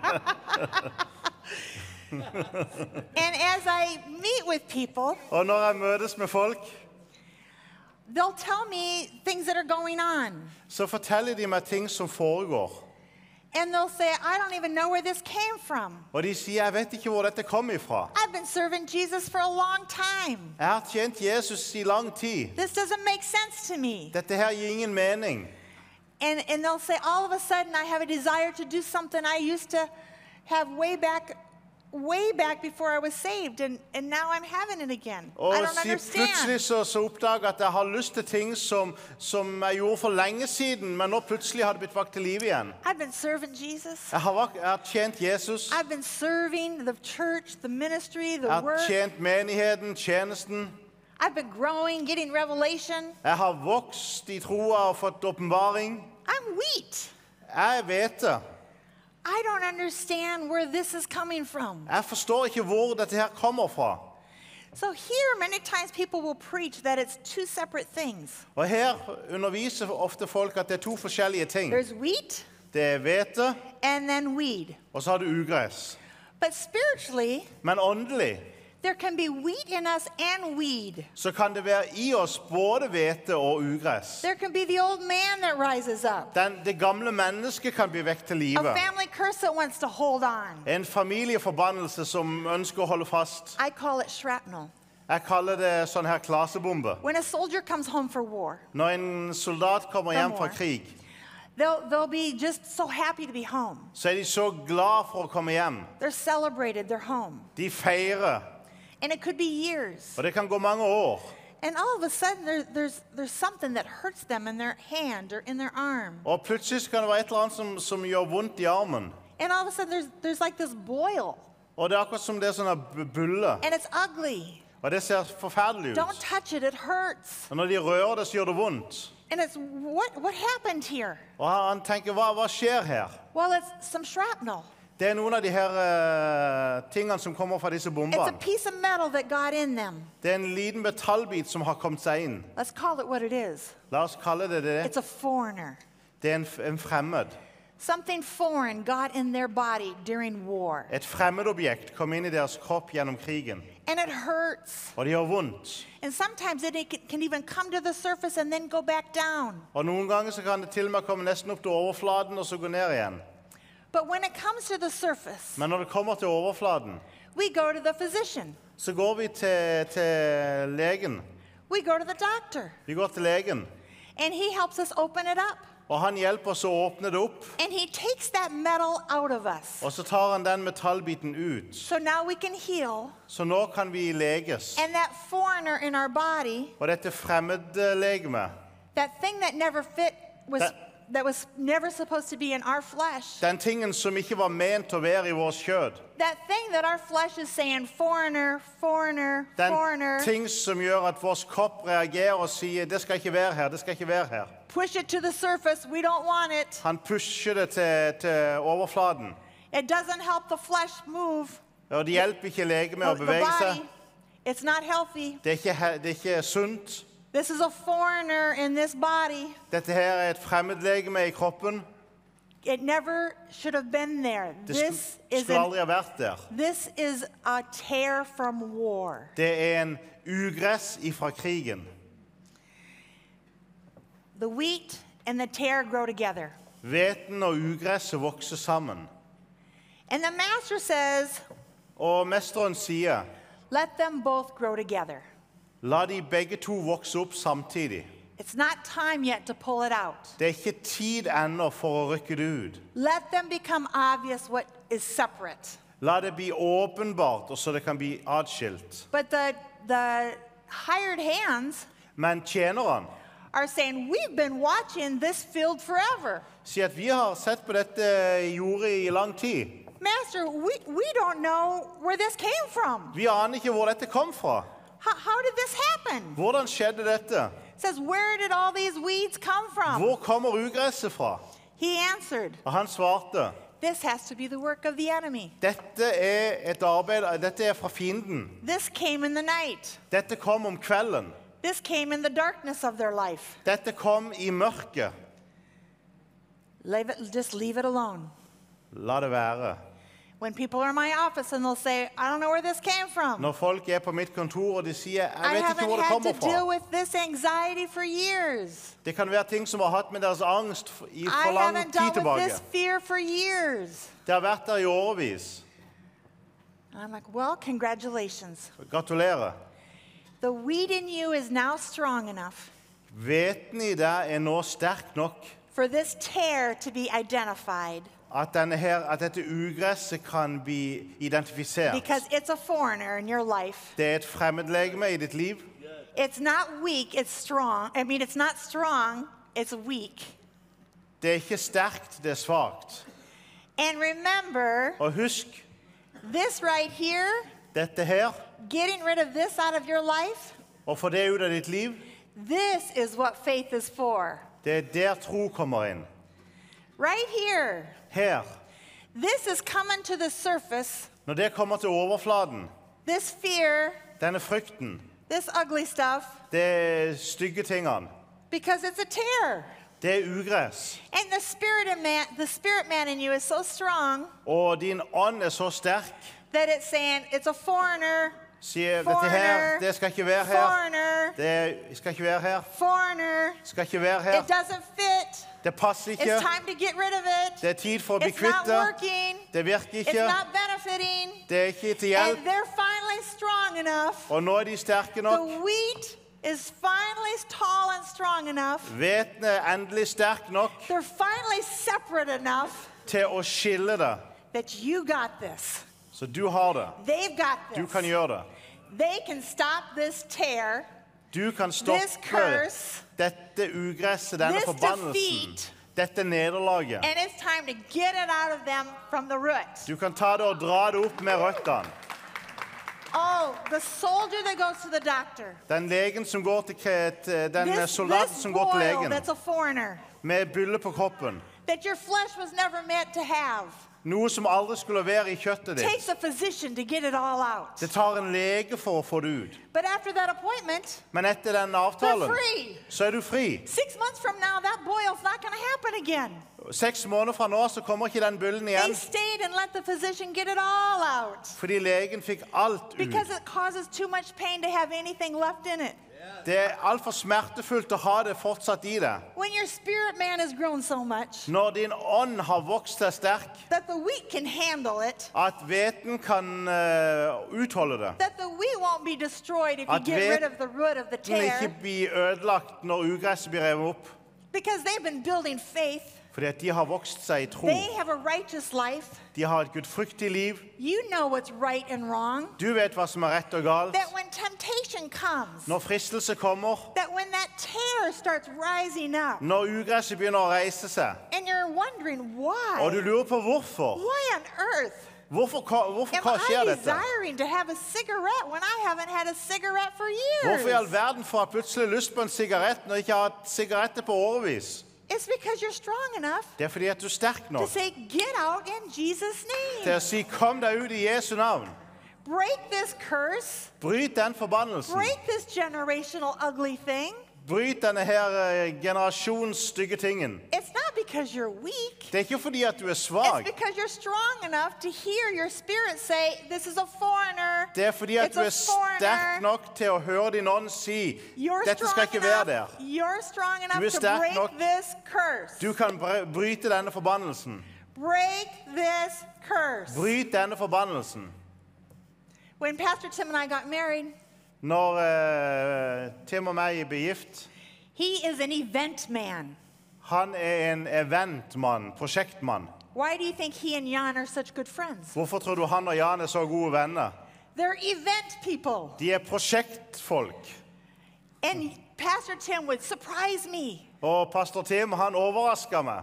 as I meet with people,
Og når jeg møtes med folk,
they'll tell me things that are going on.
så forteller de meg ting som foregår.
And they'll say, I don't even know where this came from.
Og de sier 'jeg vet ikke hvor dette kom ifra'.
I've been serving Jesus for a long time.
Jeg har tjent Jesus i lang tid.
This doesn't make sense to me.
Dette her gir ingen mening.
And, and they'll say, all of a sudden, I have a desire to do something I used to have way back, way back before I was saved, and, and now I'm having it again.
Og
I don't
sier plutselig
understand.
så, så oppdager jeg at jeg har lyst til ting som, som jeg gjorde for lenge siden, men nå plutselig har det blitt vakt til liv igjen.
I've been serving Jesus.
Jeg har, vak- jeg har tjent Jesus, jeg
I've been serving the church, the ministry, the
har
work.
tjent menigheten, tjenesten.
I've been growing, getting revelation.
Jeg har vokst i troa og fått åpenbaring.
I'm wheat.
Jeg vet det.
I don't understand where this is coming from.
Jeg forstår ikke hvor dette her kommer fra.
So here, many times people will preach that it's two separate things.
Og her underviser ofte folk at det er to forskjellige ting.
There's wheat
Det er hvete,
and then weed.
og så har du ugress.
But spiritually,
Men åndelig
there can be wheat in us and weed.
så kan det være i oss både hvete og ugress.
There can be the old man that rises up,
Den, det gamle mennesket kan bli vekk til
a
live.
family curse that wants to hold on.
En familieforbannelse som ønsker å holde fast.
I call it shrapnel.
Jeg kaller det sånn her klasebombe.
When a soldier comes home for war,
Når en soldat kommer hjem fra krig,
they'll, they'll be just so happy to be home.
så er de så glad for å komme hjem.
They're celebrated, they're home.
De feirer.
And it could be years.
Og det kan gå mange år.
And all of a sudden, there, there's, there's something that hurts them in their hand or in their arm.
Og plutselig så kan det være et eller annet som, som gjør vondt i armen.
And all of a sudden, there's, there's like this boil,
Og det er akkurat som det er sånn her bu- bulle.
and it's ugly.
Og det ser forferdelig
Don't
ut.
touch it, it hurts.
Og når de rører det, så gjør det vondt.
And it's what, what happened here?
Og han han tenker, hva, hva skjer her?
Well, it's some shrapnel.
Det er noen av de her eh, tingene som kommer fra disse
It's a
bombene.
piece of metal that got in them.
Det er en liten metallbit som har kommet seg inn.
Let's call it what it is.
La oss kalle det det.
It's a foreigner.
Det er en, f- en fremmed.
Something foreign got in their body during war.
Et fremmedobjekt kom inn i deres kropp gjennom krigen.
And it hurts.
Og det gjør vondt.
And sometimes it it can even come to the surface and then go back down.
Og noen ganger så kan det til og med komme nesten opp til overflaten og så gå ned igjen.
But when it comes to the surface,
Men når det kommer til overflaten,
we go to the physician,
så går vi til, til legen.
we go to the doctor,
Vi går til legen,
and he helps us open it up.
og han hjelper oss å åpne det opp.
And he takes that metal out of us.
Og så tar han den metallbiten ut.
So now we can heal,
Så nå kan vi leges.
and that foreigner in our body,
Og dette fremmedlegemet,
that thing that never fit was
That-
that was never supposed to be in our flesh,
den tingen som ikke var ment å være i vår kjød,
that thing that our flesh is saying foreigner, foreigner,
den
foreigner,
ting som gjør at vår kropp reagerer og sier 'det skal ikke være her', det skal ikke være her.
push it to the surface, we don't want it.
Han pusher det til, til overflaten.
It doesn't help the flesh move.
Og det hjelper ikke legemet
the,
å
the
bevege seg.
body. It's not healthy.
Det er ikke, he- det er ikke sunt.
This is a foreigner in this body.
Dette her er et fremmedlegeme i kroppen.
It never should have been there.
Det sk-
This is
skulle
an,
aldri ha vært der.
this is a tear from war.
Det er en ugress ifra krigen.
The wheat and the tear grow together.
Hveten og ugresset vokser sammen.
And the master says,
Og mesteren sier,
"Let them both grow together.
la de begge to vokse opp samtidig.
It's not time yet to pull it out.
Det er ikke tid ennå for å rykke det ut.
Let them become obvious what is separate."
La det bli åpenbart, og så det kan bli atskilt.
But the the hired hands
Men tjeneren
are saying, "We've been watching this field forever."
sier at vi har sett på dette jordet i lang tid.
Master, we, we don't know where this came from.
Vi aner ikke hvor dette kom fra.
How, how did this happen?
Hvordan skjedde dette?
It says, Where did all these weeds come from?
Hvor kommer ugresset fra?
He answered,
Og han svarte,
This has to be the work of the enemy.
dette er, et arbeid, dette er fra fienden.
This came in the night.
Dette kom om kvelden.
This came in the darkness of their life.
Dette kom i mørket.
Leave it, just leave it alone.
La det være.
When people are in my office and they'll say, I don't know where this came from.
Når folk er på mitt kontor og de sier 'jeg
I
vet ikke
haven't
hvor det
had to
kommer
deal
fra',
with this anxiety for years.
det kan være ting som har hatt med deres angst f- i
I
for lang
haven't
tid
dealt with
tilbake.
this fear for years.
Det har vært der i årevis.
And I'm like, Well, congratulations.
Gratulerer.
The wheat in you is now strong enough
Veten i deg er nå sterk nok
for this tear to be identified
at, denne her, at dette ugresset kan bli identifisert.
because it's a foreigner in your life.
Det er et fremmedlegeme i ditt liv.
It's not weak, it's strong. I mean, it's not strong, it's weak.
Det er ikke sterkt, det er svakt.
And remember,
Og husk,
this right here,
dette her,
getting rid of this out of your life,
å få det ut av ditt liv,
this is what faith is for.
det er der tro kommer inn.
Right here,
Her.
this is coming to the surface.
Når det kommer til overflaten,
This fear,
denne frykten,
this ugly stuff,
det stygge tingene,
because it's a tear.
det er ugress.
And the spirit of man, the spirit man in you is so strong
Og din ånd er så sterk,
that it's saying it's a foreigner,
sier dette her,
foreigner,
det skal ikke være her.
foreigner,
Det er- skal ikke være her.
foreigner.
Skal ikke være
It
her.
doesn't fit.
Det passer
It's
ikke.
time to get rid of it.
Det er tid for å bli
it's not
kvitt det.
working.
Det virker
It's
ikke.
not benefiting.
Det er ikke til
And
hjelp.
they're finally finally strong enough.
Og nå er de sterke nok.
The wheat is finally tall and strong enough.
Hveten er endelig sterk nok
They're finally separate enough
til å skille det.
that you got this.
Så du har det.
They've got
Du kan
this.
gjøre det.
They can stop this tear,
Du kan
this
stoppe
curse,
dette ugresset, denne
This
forbannelsen,
defeat.
dette nederlaget.
and it's time to get it out of them from the root.
Du kan ta det og dra det opp med røttene.
Oh, the soldier that goes to the doctor.
Den legen som går til, ke- til den
This,
soldaten
this
som går til
boil
legen
that's a foreigner
med bylle på kroppen,
that your flesh was never meant to have
noe som aldri skulle være i kjøttet ditt.
takes a physician to get it all out.
Det tar en lege for å få det ut.
But after that appointment,
Men etter den
they're
avtalen
free.
så er du fri.
Six months from now, that boil's not going to happen again.
Seks måneder fra nå så kommer ikke den bullen
They
igjen
stayed and let the physician get it all out
fordi legen fikk alt ut.
because it causes too much pain to have anything left in it.
Det er altfor smertefullt å ha det fortsatt i deg.
When your spirit man has grown so much
Når din ånd har vokst seg sterk,
that the wheat can handle it,
at hveten kan eh, utholde det.
that the wheat won't be destroyed if you
At
get rid
vet-
of the root of the
Den ikke
tear.
blir ødelagt når ugresset blir revet opp,
Because they've been building faith.
fordi at de har vokst seg i tro.
They have a righteous life.
De har et gudfryktig liv.
You know what's right and wrong.
Du vet hva som er rett og galt.
That when temptation comes,
Når fristelse kommer,
that when that tear starts rising up,
når ugresset begynner å reise seg,
and you're wondering
og du
why,
lurer på hvorfor
why on earth
Hvorfor, ko- hvorfor
am
hva skjer
I
dette?
desiring to have a cigarette when I haven't had a cigarette for
Hvorfor i all
years?
verden får jeg plutselig lyst på en sigarett når jeg ikke har hatt sigaretter på årevis?
It's because you're strong enough
Det er fordi at du er sterk
to
nok
say, Get out in Jesus'
til
name.
å si 'Kom deg ut i Jesu navn'.
Break this curse,
Bryt den forbannelsen.
break this generational ugly thing.
Bryt denne her eh, generasjons stygge tingen.
It's not because you're weak.
Det er ikke fordi at du er
It's
svak.
because you're strong enough to hear your spirit say, This is a foreigner.
Det er fordi at
It's
du
a
er sterk
foreigner.
nok til å høre din ånd si
You're
'Dette skal
strong
ikke
enough,
være der'.
You're strong enough
Du er
to
sterk
break
nok.
this curse.
Du kan br- bryte denne forbannelsen.
break this curse.
Bryt denne forbannelsen.
When Pastor Tim and I got married,
Når eh, Tim og meg blir gift
he is an event man.
Han er en eventmann, prosjektmann.
Why do you think he and Jan are such good friends?
Hvorfor tror du han og Jan er så gode venner?
They're event people.
De er prosjektfolk.
And Pastor Tim would surprise me.
Og pastor Tim han overraska meg.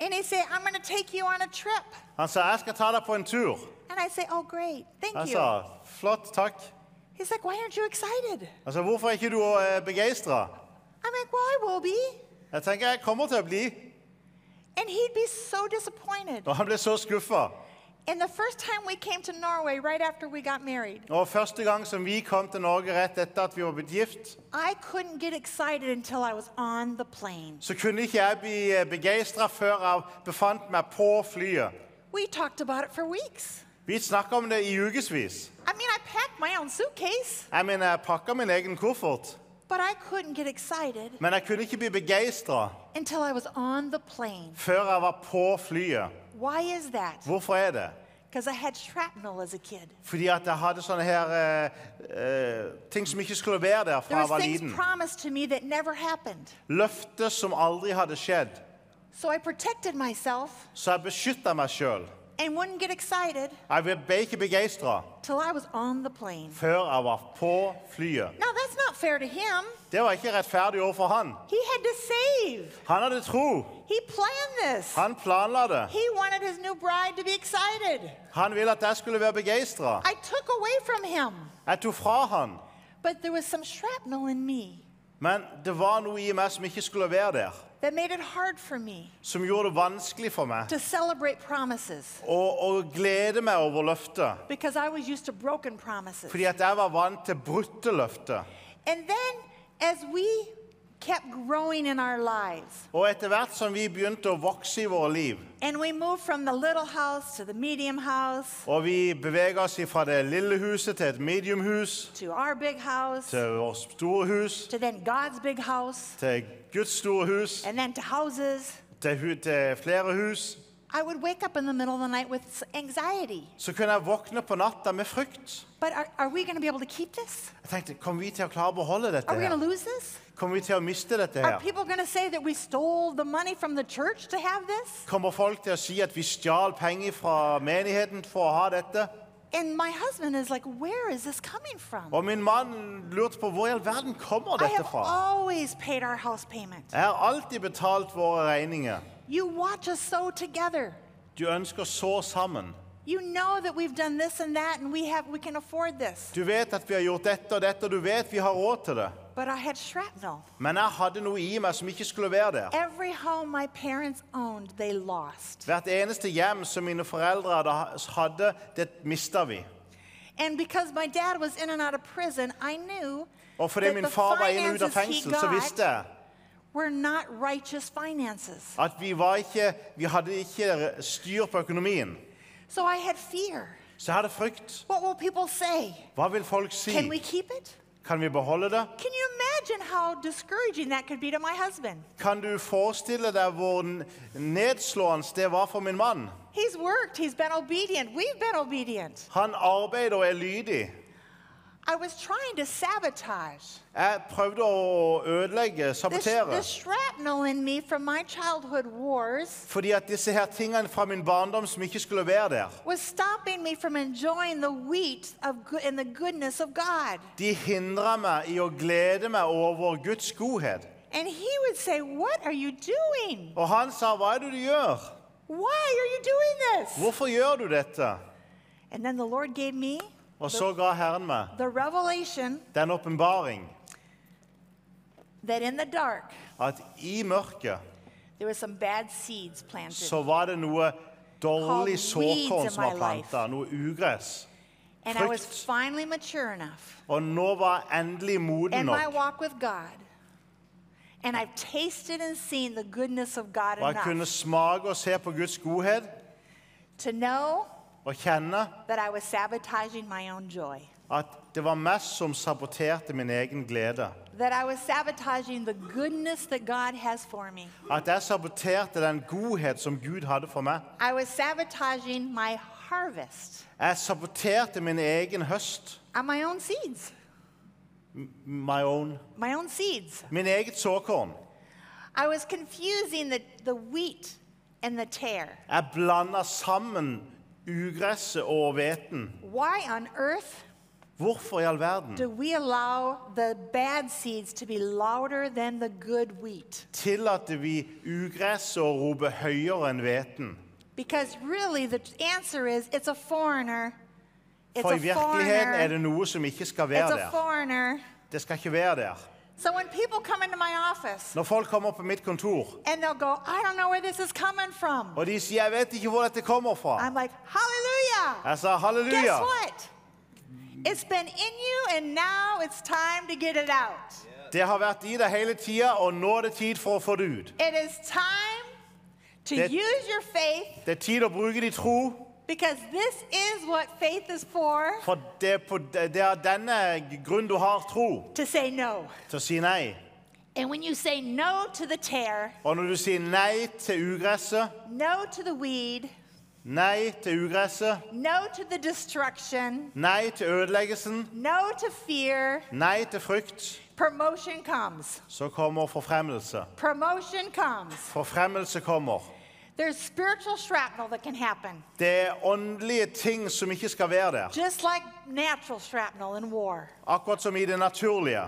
And he'd say, I'm going to take you on a trip.
Han sa 'jeg skal ta deg på en tur'.
And I say, Oh, great. Thank
Jeg
you.
sa 'flott, takk'.
He's like, Why aren't you excited?
Jeg sa 'hvorfor er ikke du eh, begeistra'?
I'm like, well, I will be.
Jeg tenker jeg kommer til å bli.
And he'd be so disappointed.
Og han ble så skuffa.
And the first time we came to Norway, right after we got married,
Og første gang som vi kom til Norge rett etter at vi var blitt gift,
I couldn't get excited until I was on the plane.
så kunne ikke jeg bli begeistra før jeg befant meg på flyet.
We talked about it for weeks.
Vi snakka om det i ukevis.
I mean, I packed my own suitcase,
Jeg mener, jeg pakka min egen koffert,
but I couldn't get excited
men jeg kunne ikke bli begeistra
until I was on the plane.
før jeg var på flyet.
Why is that?
Hvorfor er det?
Because I had shrapnel as a kid.
Fordi at jeg hadde sånne her eh, eh, ting som ikke skulle være der
There
fra jeg
were
var
things
liten.
promised to me that never happened.
Løfter som aldri hadde skjedd.
So I protected myself
Så jeg beskytta meg sjøl.
and wouldn't get excited
Jeg ble ikke begeistra
till I was on the plane.
før jeg var på flyet.
Now that's not fair to him.
Det var ikke rettferdig overfor han.
He had to save.
Han hadde tro.
He planned this.
Han planla det.
He wanted his new bride to be excited.
Han ville at jeg skulle være begeistra.
I took away from him.
Jeg tok fra han.
But there was some shrapnel in me
Men det var noe i meg som ikke skulle være der.
that made it hard for me
Som gjorde det vanskelig for meg
to celebrate promises
å, å glede meg over løftet.
because I was used to broken promises.
Fordi at jeg var vant til brutte løfter.
And then as we kept growing in our lives
Og etter hvert som vi begynte å vokse i våre liv,
and we moved from the little house to the medium house
og vi beveger oss fra det lille huset til et mediumhus,
to our big house to
til vårt store hus,
then God's big house
til Guds store hus,
and then to houses,
til, hu til flere hus,
I would wake up in the middle of the night with s- anxiety.
så kunne jeg våkne på natta med frykt.
But are, are we going to be able to keep this?
Jeg tenkte, Kommer vi til å klare å beholde dette?
Are we going
her?
to lose this?
Kommer vi til å miste dette?
Are
her?
people going to say that we stole the money from the church to have this?
Kommer folk til å si at vi stjal penger fra menigheten for å ha dette?
And my husband is like, Where is this coming from?
Og min mann lurte på hvor i all verden kommer
I
dette
have
fra?
always paid our house payment.
Jeg har alltid betalt våre regninger.
You watch us sew together.
Du ønsker så sammen.
You know that we've done this and that, and we have we can afford this.
Du vet at vi har gjort dette og dette, og du vet vi har råd til det.
But I had shrapnel.
Men jeg hadde noe i meg som ikke skulle være der.
Every home my parents owned, they lost.
Hvert eneste hjem som mine foreldre hadde- hadde, det mista vi.
And because my dad was in and out of prison, I knew
Og fordi
that
min
the
far var inn og ut av
finances he
fengsel, så visste jeg
got were not righteous finances.
at vi, var ikke, vi hadde ikke styr på økonomien.
So I had fear.
Så jeg hadde frykt.
What will people say?
Hva vil folk
Can we
si?
keep it?
Kan vi beholde det?
Can you imagine how discouraging that could be to my husband?
Kan du forestille deg hvor n- nedslående det var for min mann?
He's worked, he's been obedient, we've been obedient.
Han arbeider og er lydig.
I was trying to sabotage
Jeg prøvde å ødelegge,
this,
sabotere.
this shrapnel in me from my childhood wars
Fordi at disse her tingene fra min barndom som ikke skulle være der,
was stopping me from enjoying the wheat of go- and the goodness of God.
de hindra meg i å glede meg over Guds godhet.
And he would say, What are you doing?
Og han sa, 'Hva er det du gjør?
Why are you doing this?
Hvorfor gjør du dette?'
And then the Lord gave me
Og så ga Herren meg
the revelation
den åpenbaring
that in the dark
at i mørket
there was some bad seeds planted.
så var det noe dårlig såkorn som var
Called weeds in my life.
planta, noe ugress.
and I was
fruit.
finally mature enough
Og nå var jeg endelig moden
in my
nok.
walk with God. And I've tasted and seen the goodness of God
Og jeg kunne
enough
smake og se på Guds godhet
to know
og kjenne
that I was sabotaging my own joy,
at det var meg som saboterte min egen glede.
that I was sabotaging the goodness that God has for me.
At jeg saboterte den godhet som Gud hadde for meg.
I was sabotaging my harvest
Jeg saboterte min egen høst.
on my own seeds,
My own.
my own seeds.
Min eget såkorn.
I was confusing the, the wheat and the tare.
Jeg blanda sammen ugresset og hveten.
Why on earth
Hvorfor i all verden
do we allow the bad seeds to be louder than the good wheat?
tillater vi ugresset å rope høyere enn hveten?
Because really, the t- answer is it's a foreigner. It's
For i
a
virkeligheten er
foreigner.
det noe som ikke skal
It's
være
a
der.
foreigner.
Det skal ikke være der.
So when people come into my office
Når folk kommer på mitt kontor
and they'll go, I don't know where this is coming from,
og de sier 'jeg vet ikke hvor dette kommer fra',
I'm like, Hallelujah!
jeg sa halleluja.
Guess what? It's been in you, and now it's time to get it out.
Det har vært i deg hele tida, og nå er det tid for å få det ut.
It is time to
That-
use your faith
Det er tid å bruke din tro,
because this is what faith is for
for det er, på, det er av denne grunn du har tro,
to say no.
til å si nei.
And when you say no to the tear,
Og når du sier nei til ugresset,
no to the weed,
nei til ugresset,
no to the destruction,
nei til ødeleggelsen,
no to fear,
nei til frykt,
promotion comes.
så kommer forfremmelse.
Promotion comes.
Forfremmelse kommer.
There's spiritual shrapnel that can happen,
Det er åndelige ting som ikke skal være der,
just like natural shrapnel in war.
akkurat som i det naturlige.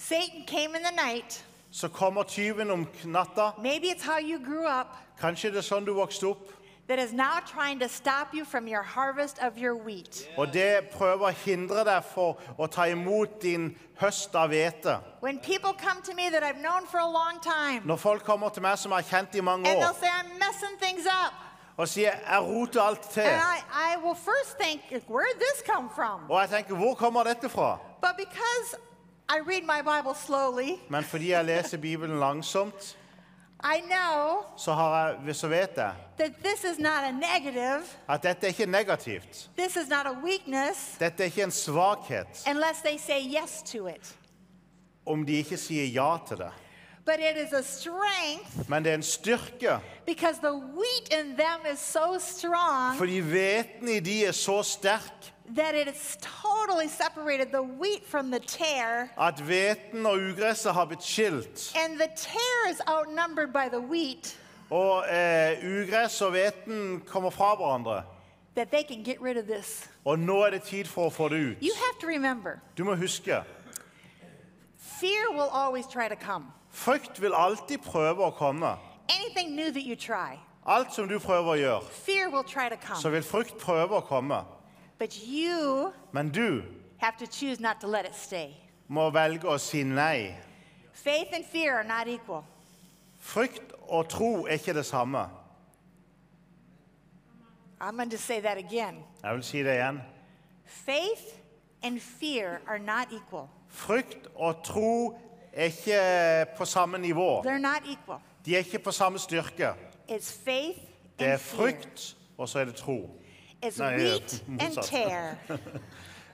Satan came in the night.
Så kommer tyven om natta.
Maybe it's how you grew up
Kanskje det er sånn du vokste opp.
that is now trying to stop you from your harvest of your wheat.
Og det prøver å hindre deg for å ta imot din høst av hvete.
When people come to me that I've known for a long time
Når folk kommer til meg som jeg har kjent i mange
and they'll
år,
say, I'm messing things up.
og sier 'jeg roter alt til',
And I, I will first think, where'd this come from?
og jeg tenker 'hvor kommer dette fra'?
But because I read my Bible slowly,
Men fordi jeg leser Bibelen langsomt,
I know
så, har jeg, så vet jeg
that this is not a negative,
at dette er ikke negativt.
this is not a weakness,
Dette er ikke en svakhet
unless they say yes to it.
om de ikke sier ja til det.
but it is a strength
Men det er en styrke,
because the wheat in them is so strong
fordi hveten i de er så sterk
that it has totally separated the wheat from the tare,
at hveten og ugresset har blitt skilt.
and the tare is outnumbered by the wheat
Og eh, ugress og hveten kommer fra hverandre.
that they can get rid of this.
Og nå er det tid for å få det ut.
You have to remember,
Du må huske
fear will always try to come.
frykt vil alltid prøve å komme.
Anything new that you try,
Alt som du prøver å gjøre,
fear will try to
så
come.
vil frykt prøve å komme.
But you
Men du
have to choose not to let it stay.
må velge å si nei.
Faith and fear are not equal.
Frykt og tro er ikke det samme.
I'm going to say that again.
Jeg vil si det igjen.
Faith and fear are not equal.
Frykt og tro er ikke på samme nivå.
They're not equal.
De er ikke på samme styrke.
It's faith
Det
and
er
fear.
frykt, og så er det tro.
It's
No, yeah,
wheat and
motsatt.
tear.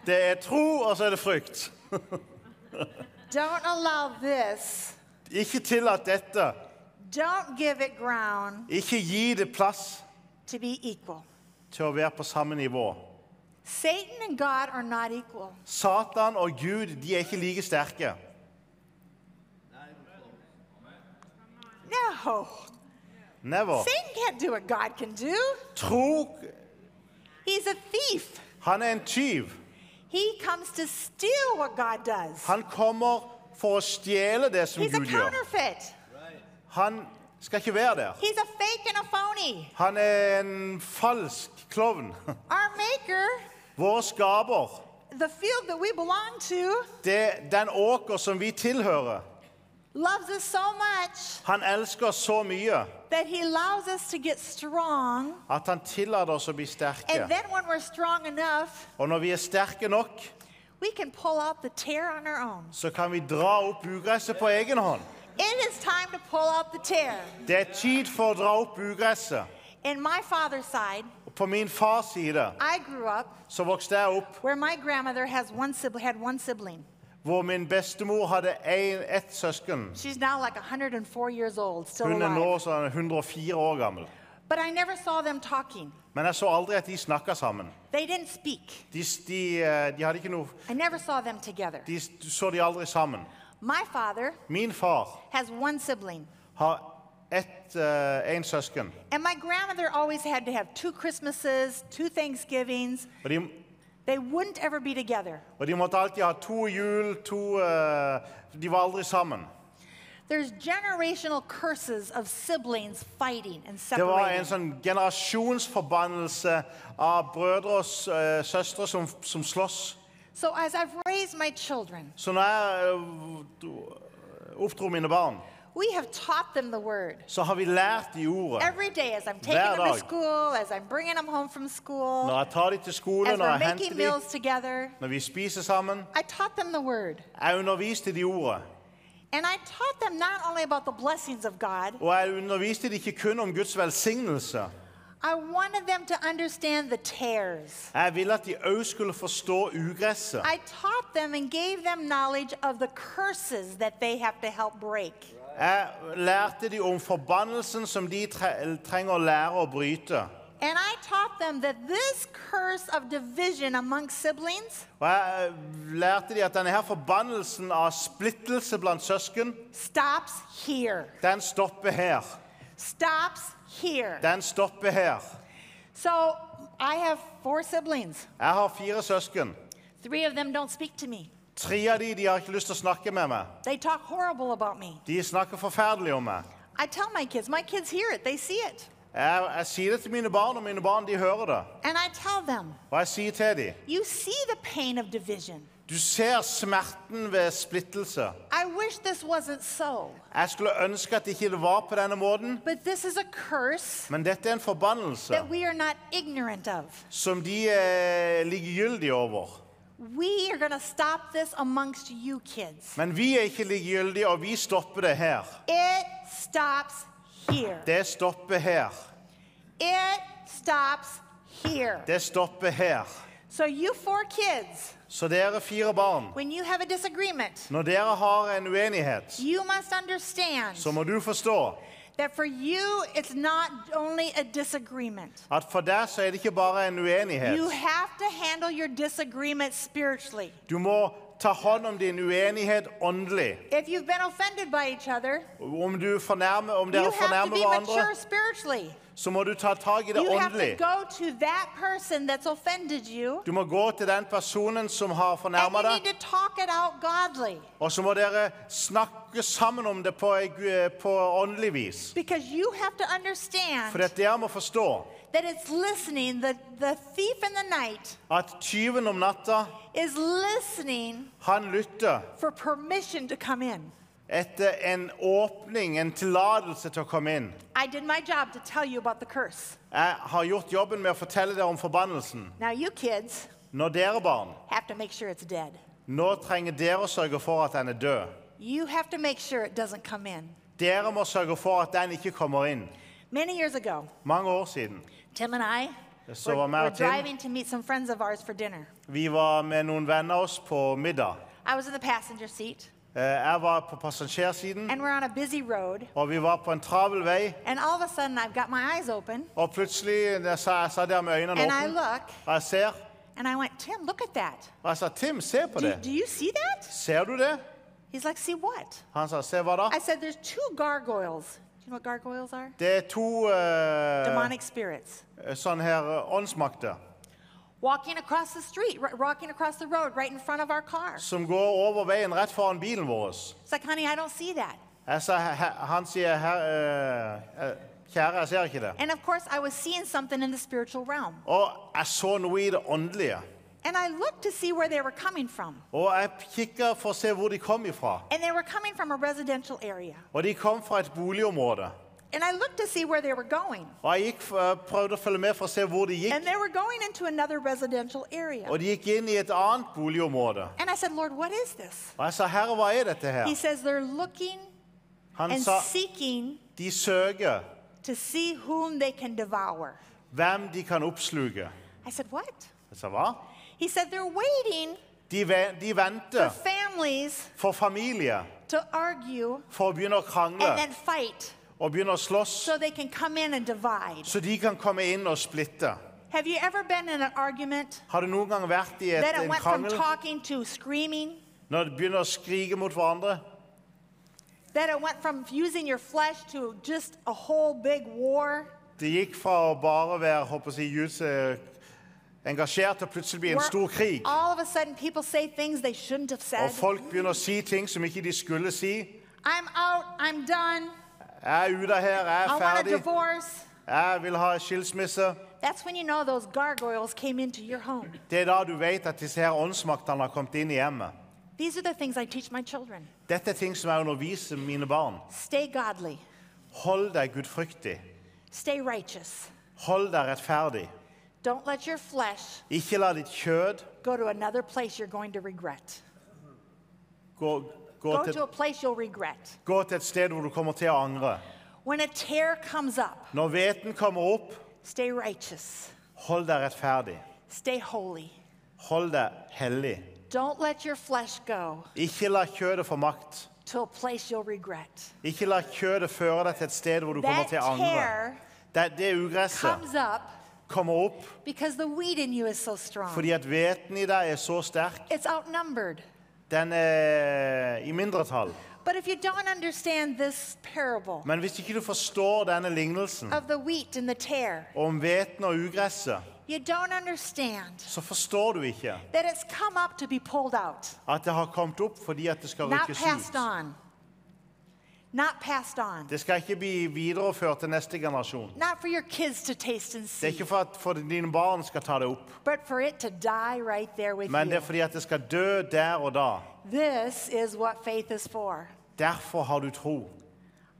Det er tro, og så er det frykt.
Don't allow this.
Ikke tillat dette.
Don't give it ground
Ikke gi det plass
to be equal.
til å være på samme nivå.
Satan and God are not equal.
Satan og Gud de er ikke like sterke.
No.
Oh. Never.
Satan can't do what God can do.
Tro
He's a thief.
Han er en tyv.
He comes to steal what God does.
Han kommer for å stjele det som
He's a
Gud gjør.
counterfeit.
Han skal ikke være der.
He's a fake and a phony.
Han er en falsk klovn.
Our maker,
Vår skaper.
the field that we belong to,
Det, den åker som vi tilhører.
loves us so much
Han elsker oss så mye
that he allows us to get strong.
at han tillater oss å bli
And
sterke.
then when we're strong enough,
Og når vi er sterke nok,
we can pull out the tear on our own.
så kan vi dra opp ugresset på egen hånd.
It is time to pull out the tear.
Det er tid for å dra opp ugresset.
In my father's side,
Og På min fars side
I grew up
så vokste jeg opp
where my grandmother has one sibling, had one sibling.
hvor min bestemor hadde en, ett søsken.
She's now like 104 years old, still
Hun er nå
alive.
sånn 104 år gammel.
But I never saw them talking.
Men jeg så aldri at de snakka sammen.
They didn't speak.
De, de, eh, de hadde ikke noe
I never saw them together.
de, Du så de aldri sammen.
My father
Min far
has one sibling,
har ett, eh, en søsken.
and my grandmother always had to have two Christmases, two Thanksgivings.
Og de,
They wouldn't ever be together.
og de måtte alltid ha to jul, to eh, De var aldri sammen.
There's generational curses of siblings fighting and
Det var en
separating.
sånn generasjonsforbannelse av brødre og s- eh, søstre som, som slåss.
So as I've raised my children,
Så når jeg eh, do- oppdro mine barn,
we have taught them the word.
så har vi lært de ordet.
Every day, as I'm taking them to
dog.
school, as I'm bringing them home from school,
Når jeg tar dem til skole,
as
når
we're
jeg
making
henter dem,
meals together,
når vi spiser sammen
I taught them the word.
Jeg underviste de ordet.
And I taught them not only about the blessings of God,
Og jeg underviste de ikke kun om Guds velsignelse.
I wanted them to understand the tares.
Jeg ville at de òg skulle forstå ugresset.
I taught them and gave them knowledge of the curses that they have to help break.
Jeg lærte de om forbannelsen som de tre trenger å lære å bryte.
And I taught them that this curse of division among siblings
Og jeg lærte de at denne her forbannelsen av splittelse blant søsken,
stops here.
den stopper her.
Stops here.
Den stopper her.
So I have four siblings.
Jeg har fire søsken.
Three of them don't speak to me.
Tre av de, de har ikke lyst til å snakke med meg.
They talk horrible about me.
De snakker forferdelig om meg.
I tell my kids, my kids hear it, they see it.
Jeg, jeg sier det til mine barn, og mine barn de hører det.
And I tell them,
Og jeg sier til dem
you see the pain of division.
Du ser smerten ved splittelse.
I wish this wasn't so,
Jeg skulle ønske at ikke det var på denne måten,
but this is a curse
men dette er en forbannelse
that we are not ignorant of.
som de er likegyldige over.
We are going to stop this amongst you kids.
Men vi er ikke likegyldige, og vi stopper det her.
It stops here.
Det stopper her.
It stops here.
Det stopper her.
So, you four kids,
Så dere fire barn,
when you have a disagreement,
når dere har en uenighet,
you must understand
så må du forstå
that for you, it's not only a disagreement.
at for deg så er det ikke bare en
You
uenighet.
have to handle your disagreement spiritually.
Du må ta hånd om din uenighet åndelig.
If you've been offended by each other,
Om, du fornærmer, om
you
dere
have to
fornærmer
be mature
hverandre,
spiritually.
så må du ta tak i det
You have to
åndelig.
go to that person that's offended you,
Du må gå til den personen som har
and
fornærma
you
deg,
need to talk it out godly
og så må dere snakke sammen om det på, på åndelig vis.
because you have to understand
For at dere må forstå
that it's listening. The, the thief in the night
at tyven om natta,
is listening
han lytter
for permission to come in.
etter en åpning, en tillatelse til å komme inn.
I did my job to tell you about the curse.
Jeg har gjort jobben med å fortelle dere om forbannelsen.
Now, you kids
Når dere barn,
have to make sure it's dead.
nå trenger dere å sørge for at den er død.
You have to make sure it doesn't come in.
Dere må sørge for at den ikke kommer inn.
Many years ago,
Mange år siden
Tim and I
så
were,
var
were
meg og Tim
driving to meet some friends of ours for dinner.
Vi var med noen venner av oss på middag.
I was in the passenger seat,
Eh, Jeg var på passasjersiden,
and we're on a busy road.
og vi var på en travel vei.
And all of a sudden, I've got my eyes open,
Og plutselig jeg sa jeg sa der med øynene
and I
åpne,
look,
og jeg ser,
and I went, Tim, look at that.
og jeg sa Tim, se på
Do,
det.
do you see that?
Ser du det?
He's like, see what?
Han sa, se hva da?
I said, there's two gargoyles. Do you know what gargoyles are?
Det er to eh,
Demonic spirits.
sånn her eh, åndsmakter
Walking across the street, r- walking across the road right in front of our car.
som går over veien rett foran bilen vår.
It's like, honey, I don't see that.
Jeg sa, "He- he- han sier, "Her- eh, eh, kjære, jeg ser ikke det.
And of course, I was seeing something in the spiritual realm.
Og jeg så noe i det åndelige.
And I looked to see where they were coming from.
Og jeg kikket for å se hvor de kom ifra.
And they were coming from a residential area.
Og de kom fra et boligområde.
And I looked to see where they were going.
Og jeg gikk, f- eh, prøvde å følge med for å se hvor de gikk.
And they were going into another residential area.
Og de gikk inn i et annet boligområde.
And I said, Lord, what is this?
Og jeg sa, herre, hva er dette her?
He says, they're looking
Han
and
sa,
seeking
de søker
to see whom they can devour.
hvem de kan oppsluke.
I said, what?
Jeg sa, hva?
He said, they're waiting
De, ve- de
for
venter
families
for familie
to argue
for å begynne å
and then
krangle
fight
og begynne å slåss,
so they can come in and divide.
så de kan komme inn og splitte.
Have you ever been in an argument
Har du noen gang vært i et,
that it
en
went from
krangel
talking to screaming?
når de begynner å skrike mot hverandre?
That it went from using your flesh to just a whole big war?
Det gikk fra å bare være håper jeg, å si, Guds, eh, engasjert til plutselig bli en
where
stor krig.
All of a sudden, people say things they shouldn't have said.
Og folk begynner å si ting som ikke de skulle si.
I'm out. I'm done.
Jeg er ute av her, jeg
I
er
want a
ferdig,
divorce.
jeg vil ha skilsmisse.
That's when you know those gargoyles came into your home.
Det er da du vet at disse her åndsmaktene har kommet inn i hjemmet.
These are the things I teach my children.
Dette er ting som jeg underviser mine barn.
Stay godly.
Hold deg gudfryktig.
Stay righteous.
Hold deg rettferdig.
Don't let your flesh
Ikke la ditt kjød
go to another place you're going to regret.
gå, gå,
Go
til,
to a place you'll regret.
gå til et sted hvor du kommer til å angre.
When a tear comes up,
Når hveten kommer opp,
stay righteous.
hold deg rettferdig.
Stay holy.
Hold deg hellig.
Don't let your flesh go
Ikke la kjødet få makt.
to a place you'll regret.
Ikke la kjødet føre deg til et sted hvor du kommer
That
til å angre.
tear
Det, det ugresset
comes up
kommer opp
because the weed in you is so strong.
fordi at hveten i deg er så sterk.
It's outnumbered.
Den er i mindretall.
But if you don't understand this parable
Men hvis ikke du forstår denne lignelsen
of the wheat and the tare,
om hveten og ugresset,
you don't understand
så forstår du ikke
that it's come up to be pulled out,
at det har kommet opp fordi at det skal
not
rykkes
passed
ut.
on. Not passed on.
Det skal ikke bli videreført til neste generasjon.
Not for your kids to taste and
Det er
see,
ikke for at for dine barn skal ta det opp,
but for it to die right there with
men det
you.
er fordi at det skal dø der og da.
This is what faith is for.
Derfor har du tro.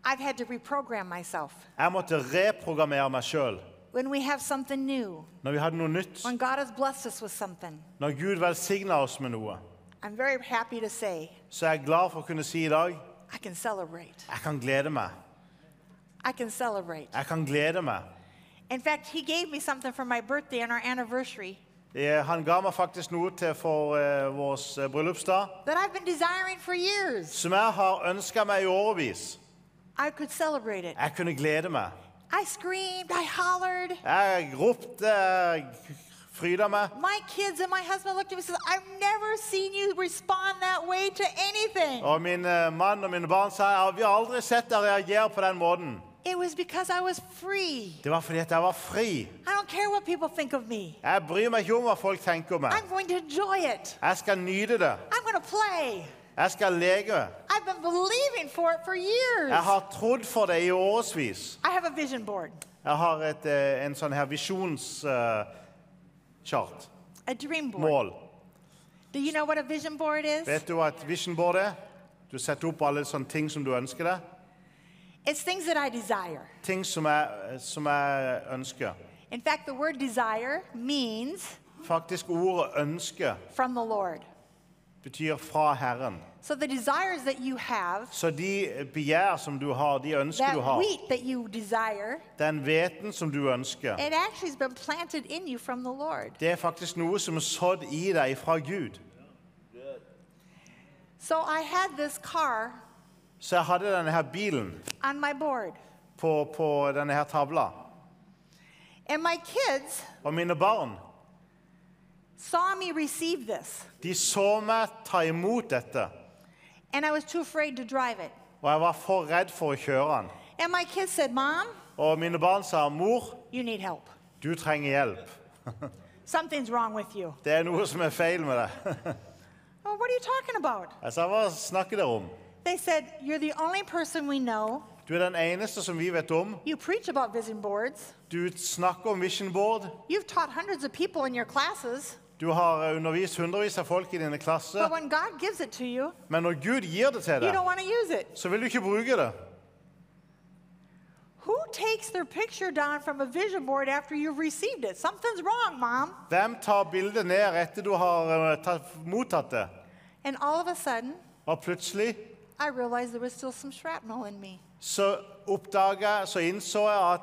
I've had to reprogram myself.
Jeg måtte reprogrammere meg sjøl.
When we have something new,
Når vi hadde noe nytt,
when God has blessed us with something,
når Gud velsigna oss med noe,
I'm very happy to say
så er jeg glad for å kunne si i dag
I can celebrate.
jeg kan glede meg.
I can celebrate.
Jeg kan glede meg.
In fact, he gave me something for my birthday and our anniversary.
Eh, Han ga meg faktisk noe til for eh, vår eh, bryllupsdag
that I've been desiring for years.
som jeg har ønska meg i årevis.
I could celebrate it.
Jeg kunne glede meg.
I screamed, I hollered.
Jeg ropte, jeg fryda meg.
My kids and my husband looked at me and said, I've never seen you respond that way to anything.
Og min eh, mann og mine barn sa ja, vi har aldri sett deg reagere på den måten.
It was because I was free.
Det var fordi at jeg var fri.
I don't care what people think of me.
Jeg bryr meg ikke om hva folk tenker om
I'm
meg.
going to enjoy it.
Jeg skal nyte det.
I'm going to play.
Jeg skal leke.
I've been believing for it for years.
Jeg har trodd for det i årevis.
I have a vision board,
Jeg har et, eh, en sånn her visjonschart.
a dream board.
Mål.
Do you know what a vision board is?
Vet du hva et vision board er? Du setter opp alle sånne ting som du ønsker deg.
It's things that I desire.
Ting som jeg, som jeg ønsker.
In fact, the word desire means
Faktisk ordet 'ønske'
from the Lord.
betyr 'fra Herren'.
So the desires that you have,
Så de begjær som du har, de ønsker du
that
har,
wheat that you desire,
den hveten som du ønsker,
it actually has been planted in you from the Lord.
det er faktisk noe som er sådd i deg fra Gud.
So I had this car
Så jeg hadde denne her bilen
on my board,
på, på denne her tavla.
and my kids
Og mine barn,
saw me receive this,
de så meg ta imot dette.
and I was too afraid to drive it.
Og jeg var for redd for å kjøre den.
And my kids said, Mom,
Og mine barn sa, mor,
you need help.
du trenger hjelp.
Something's wrong with you.
Det er noe som er feil med deg.
Well, what are you talking about?
Jeg sa, hva snakker dere om?
They said, You're the only person we know.
Du er den eneste som vi vet om.
You preach about vision boards.
Du snakker om vision board.
You've taught hundreds of people in your classes.
Du har eh, undervist hundrevis av folk i dine klasser.
But when God gives it to you,
Men når Gud gir det til
you
deg,
don't want to use it.
så vil du ikke bruke det.
Who takes their picture down from a vision board after you've received it? Something's wrong, Mom.
Hvem tar bildet ned etter du har eh, tatt, mottatt det?
And all of a sudden,
Og plutselig
I realized there was still some shrapnel in me.
så oppdaga jeg, så innså jeg at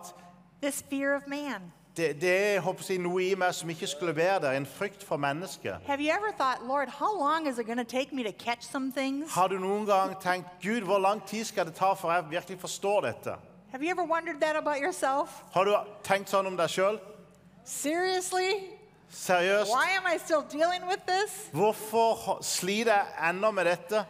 This fear of man.
det, det er jeg håper å si, noe i meg som ikke skulle være der. En frykt for mennesket.
Have you ever thought, Lord, how long is it going to take me to catch some things?
Har du noen gang tenkt Gud, hvor lang tid skal det ta for jeg virkelig forstår dette?
Have you ever wondered that about yourself?
Har du tenkt sånn om deg sjøl?
Seriously?
Seriøst?
Why am I still dealing with this?
Hvorfor ho- sliter jeg ennå med dette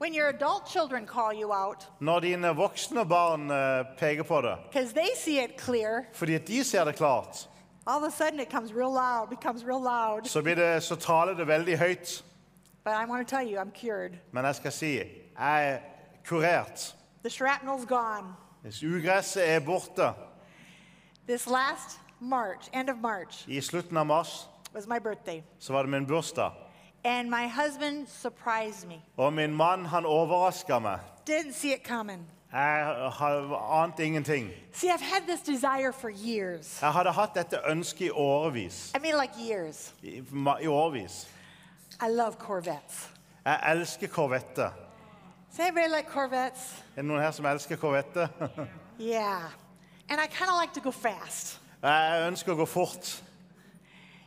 When your adult children call you out
når dine voksne barn eh, peker på det?
because they see it clear,
Fordi at de ser det klart.
all of a sudden it comes real loud, becomes real loud.
Så, blir det, så taler det veldig høyt.
But I want to tell you, I'm cured.
Men jeg skal si jeg er kurert.
The shrapnel's gone.
Hvis Ugresset er borte.
This last March, end of March,
I slutten av mars
was my birthday.
så var det min bursdag.
And my husband surprised me.
Og min mann han overraska meg.
Didn't see it coming.
Jeg har- ante ingenting.
See, I've had this desire for years.
Jeg hadde hatt dette ønsket i årevis.
I mean, like years.
I, ma- i årevis.
I love Corvettes.
Jeg elsker Corvette.
Does anybody like Corvettes?
Er det noen her som elsker Corvette?
Yeah. And I kind of like to go fast.
Jeg ønsker å gå fort.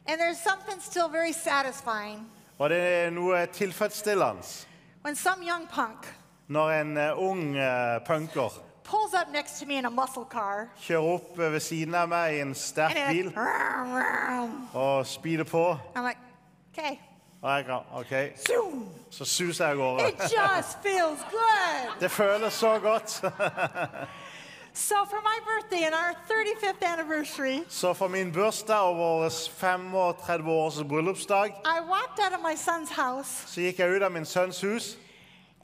And there's something still very satisfying
Og det er noe tilfredsstillende
when some young punk
når en eh, ung eh, punker
pulls up next to me in a muscle car
kjører opp eh, ved siden av meg i en sterk
and
bil.
it's like, "Vroom, vroom."
og speeder på.
I'm like, okay.
Og jeg kan, OK,
Zoom.
så suser jeg av
It
gårde.
just feels good.
Det føles så godt.
So for my birthday and our 35th anniversary,
Så for min bursdag og vår 35-års bryllupsdag,
I walked out of my son's house
så gikk jeg ut av min sønns hus.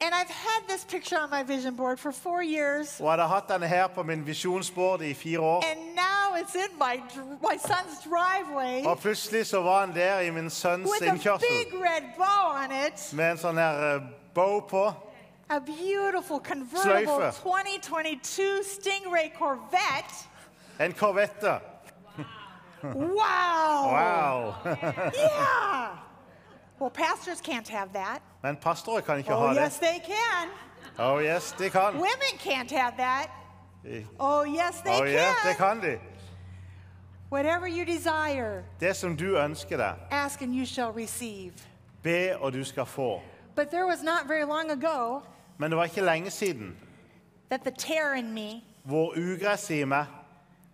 and I've had this picture on my vision board for four years.
Og hadde hatt denne her på min visjonsbord i fire år.
And now it's in my, dr- my son's driveway
Og plutselig så var han der i min sønns
with a
innkjørsel
big red bow on it.
med en sånn her eh, bow på.
A beautiful convertible
Sløyfe.
2022 Stingray Corvette.
En Corvette.
Wow.
Wow.
Yeah. Well, pastors can't have that.
Men pastorer kan ikke
Oh,
ha det.
yes, they can.
Oh yes, de kan.
Women can't have that. Eh. Oh, yes, they
Oh
can.
yes, det kan de.
Whatever you desire,
Det som du ønsker deg,
ask and you shall receive.
be og du skal få.
But there was not very long ago
Men det var ikke lenge siden
that the tear in me
hvor ugresset i meg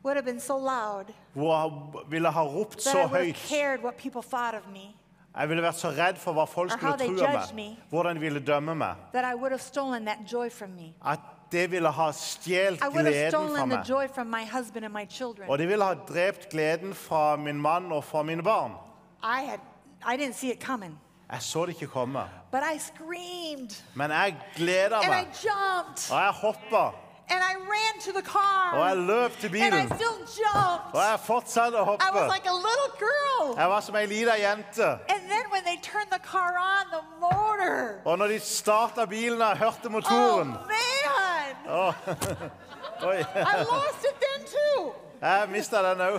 would have been so loud
hvor jeg ville ha ropt
that
så
I would have
høyt.
cared what people thought of me,
Jeg ville vært så redd for hva folk
Or how
skulle
Uh-huh, they
tro om
judged
meg.
me.
Hvordan de ville dømme meg.
that I would have stolen that joy from me.
At det ville ha stjålet
I would have
gleden fra
stolen the
meg.
joy from my husband and my children.
Og det ville ha drept gleden fra min mann og fra mine barn.
I had I didn't see it coming.
Jeg så det ikke komme.
But I screamed
Men jeg gleda
and I
meg.
jumped
Og jeg hoppa.
and I ran to the
Og jeg
car
løp til
and I
bilen.
still jumped.
Og jeg fortsatte å
I was
hoppe.
like a little girl.
Jeg var som ei lita jente.
And then when they turned the car on, the motor.
Og når de starta bilen og jeg hørte
Oh
motoren
man!
Oi,
I lost it then too.
jeg mista den òg.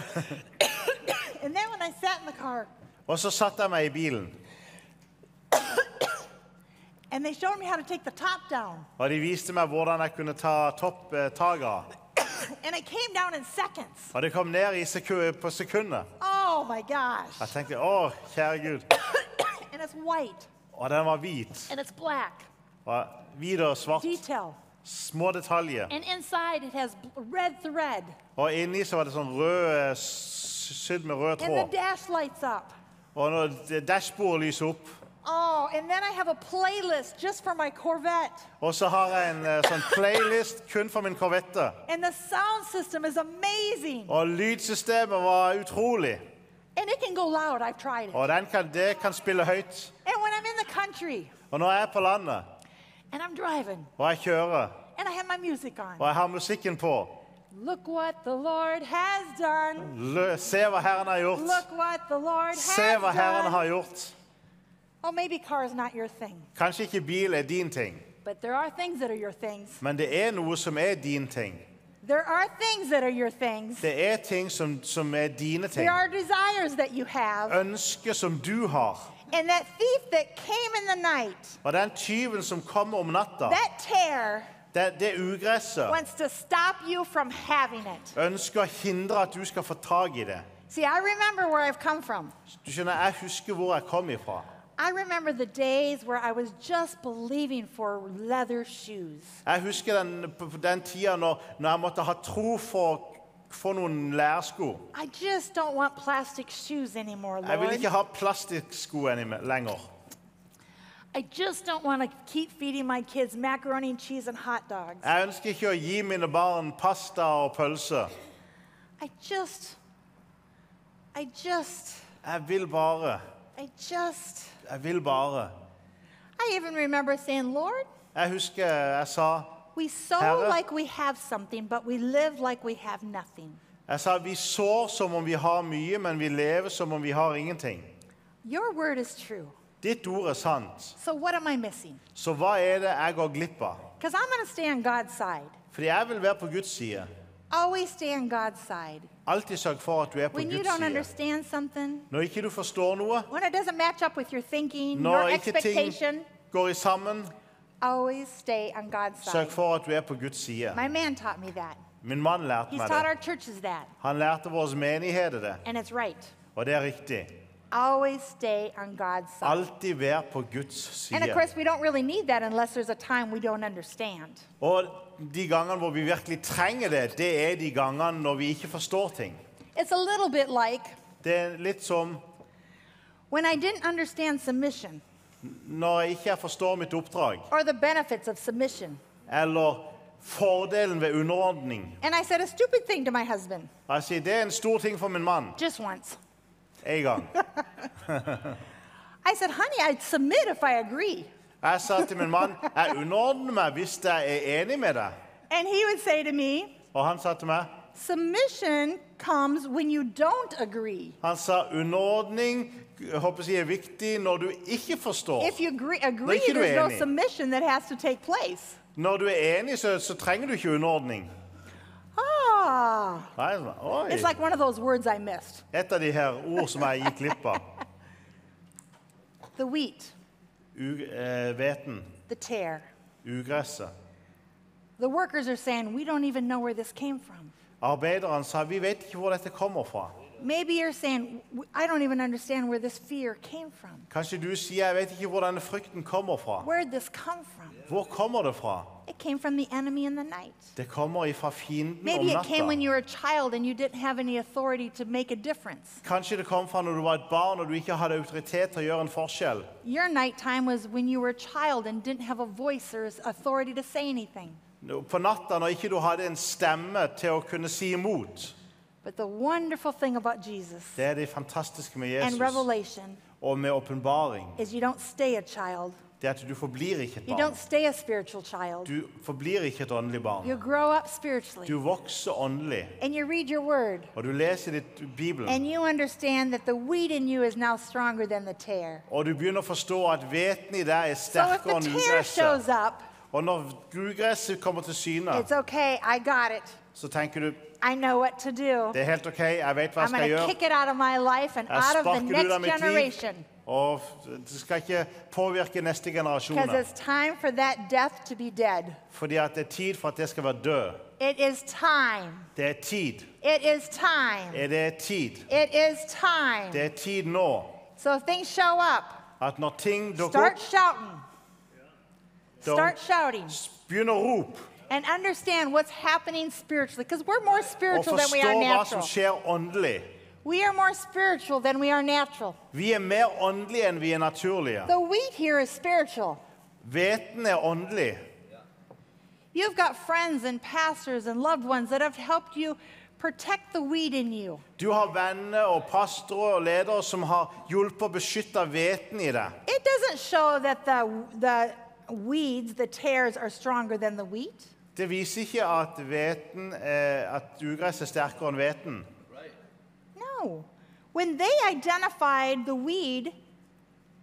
And then when I sat in the car
Og så satte jeg meg i bilen,
and they showed me how to take the top down.
og de viste meg hvordan jeg kunne ta topptaket av.
And it came down in seconds.
Og det kom ned i seku på sekundet.
Oh my gosh.
Jeg tenkte å, kjære Gud.
And it's white
Og den var hvit.
and it's black.
Og hvit og svart.
Detail.
Små detaljer.
And inside it has bl- red thread.
Og inni så var det sånn rød eh, s- sydd med rød
And the
tråd.
dash lights up.
Og når det- dashbordet lyser opp
Oh, and then I have a playlist just for my Corvette.
Og så har jeg en eh, sånn playlist kun for min Corvette.
And the sound system is amazing.
Og lydsystemet var utrolig.
And it can go loud. I've tried it.
Og den kan, det kan spille høyt.
And when I'm in the country
Og når jeg er på landet,
and I'm driving
og jeg kjører,
and I have my music on,
og jeg har musikken på
look what the Lord has done.
lø, Se hva Herren har gjort.
Look what the Lord
Se
has
hva Herren
done.
har gjort.
Oh, maybe car is not your thing,
Kanskje ikke bil er din ting,
but there are things that are your things.
men det er noe som er din ting.
There are things that are your things.
Det er ting som, som er dine ting.
There are desires that you
Uh,
have.
Ønsker som du har.
And that thief that came in the night,
Og den tyven som kommer om natta,
that tear,
det, det ugresset,
wants to stop you from having it.
ønsker å hindre at du skal få tak i det.
See, I remember where I've come from.
Du skjønner, jeg husker hvor jeg kom ifra.
I remember the days where I was just believing for leather shoes.
Jeg husker den, på på den tida når, når jeg måtte ha tro for, for noen lærsko.
I just don't want plastic shoes anymore,
Jeg vil
Lord.
ikke ha plastikksko anime- lenger.
I just don't want to keep feeding my kids macaroni and cheese and hot dogs.
Jeg ønsker ikke å gi mine barn pasta og pølse.
I just, I just,
Jeg vil bare.
I just.
Jeg vil bare.
I even remember saying, Lord,
Jeg husker jeg sa
we sow
Herre.
like we have something, but we live like we have nothing.
jeg sa vi sår som om vi har mye, men vi lever som om vi har ingenting.
Your word is true.
Ditt ord er sant.
So what am I missing?
Så hva er det jeg går glipp av?
Because I'm going to stay on God's side.
Fordi jeg vil være på Guds side.
Always stay on God's side.
Alltid sørg for at du er på
When you
Guds
don't
side.
understand something,
Når ikke du forstår noe,
when it doesn't match up with your thinking, your
når ikke ting
expectation,
går i sammen,
always stay on God's side.
sørg for at du er på Guds side.
My man taught me that.
Min mann lærte
He's
meg
taught
det.
our churches that,
Han lærte våre menigheter det,
and it's right.
og det er riktig.
Always stay on God's side.
Alltid vær på Guds
And of
side.
course, we don't really need that unless there's a time we don't understand.
Og de gangene hvor vi virkelig trenger det, det er de gangene når vi ikke forstår ting.
It's a little bit like
Det er litt som
when I didn't understand submission
når jeg ikke forstår mitt oppdrag,
or the benefits of submission.
eller fordelen ved underordning.
And I said a stupid thing to my husband
Og Jeg sier, det er en stor ting for min mann,
just once.
en gang.
I said, honey, I'd submit if I agree.
Jeg sa til min mann, jeg underordner meg hvis jeg er enig med deg.
And he would say to me,
Og han sa til meg,
submission comes when you don't agree.
Han sa underordning jeg håper jeg er viktig når du ikke forstår.
If you agree, agree
Like you do,
there's no
Annie.
submission that has to take place.
Når du er enig, så, så trenger du ikke underordning.
Ah,
Nei, så- oi.
it's like one of those words I missed
Et av de her ord som jeg gikk glipp av.
the wheat,
U- eh, Hveten.
the tear.
Ugresset.
The workers are saying, we don't even know where this came from.
Arbeideren sa vi vet ikke hvor dette kommer fra.
Maybe you're saying, "W- I don't even understand where this fear came from.
Kanskje du sier 'jeg vet ikke hvor denne frykten kommer fra'.
Where'd this come from?
Hvor kommer det fra?
It came from the enemy in the night.
Det kommer ifra fienden om
Maybe it came when
natta.
you were a child and you didn't have any authority to make a difference.
Kanskje det kom fra når du var et barn og du ikke hadde autoritet til å gjøre en forskjell.
Your nighttime was when you were a child and didn't have a voice or authority to say anything.
Nå- På natta når ikke du hadde en stemme til å kunne si imot.
But the wonderful thing about Jesus
Det er det fantastiske med
and
Jesus
revelation
og med åpenbaring.
is you don't stay a child.
Det er at du forblir ikke et
You
barn.
don't stay a spiritual child.
Du forblir ikke et åndelig barn.
You grow up spiritually
Du vokser åndelig,
and you read your word
og du leser ditt Bibelen.
and you understand that the wheat in you is now stronger than the tare.
Og du begynner å forstå at hveten i deg er
So if
sterkere
the
enn
tare shows
ugresset.
up,
Og når ugresset kommer til syne,
it's okay, I got it.
så tenker du
I know what to do.
det er helt OK, jeg vet hva
I'm
jeg skal
going to
gjøre.
kick it out of my life and
Jeg
out of the
sparker det ut av mitt
next
liv,
generation
og f- det skal ikke påvirke neste
because
generasjoner.
it's time for that death to be dead.
Fordi at det er tid for at det skal være død.
It is time.
Det er tid.
It is time.
Er det tid?
It is time.
Det er tid nå.
So if things show up,
At når ting dukker
start
opp,
shouting. Start shouting
begynn å rope.
and understand what's happening spiritually because we're more
Og
spiritual than we
forstå
are
hva som
natural.
skjer åndelig.
We are more spiritual than we are natural.
Vi er mer åndelige enn vi er naturlige.
The wheat here is spiritual.
Hveten er åndelig.
You've got friends and pastors and loved ones that have helped you protect the wheat in you.
Du har venner og pastorer og ledere som har hjulpet å beskytte hveten i deg.
It doesn't show that the, the weeds, the tares, are stronger than the wheat.
Det viser ikke at, hveten, eh, at ugress er sterkere enn hveten.
No. When they identified the weed,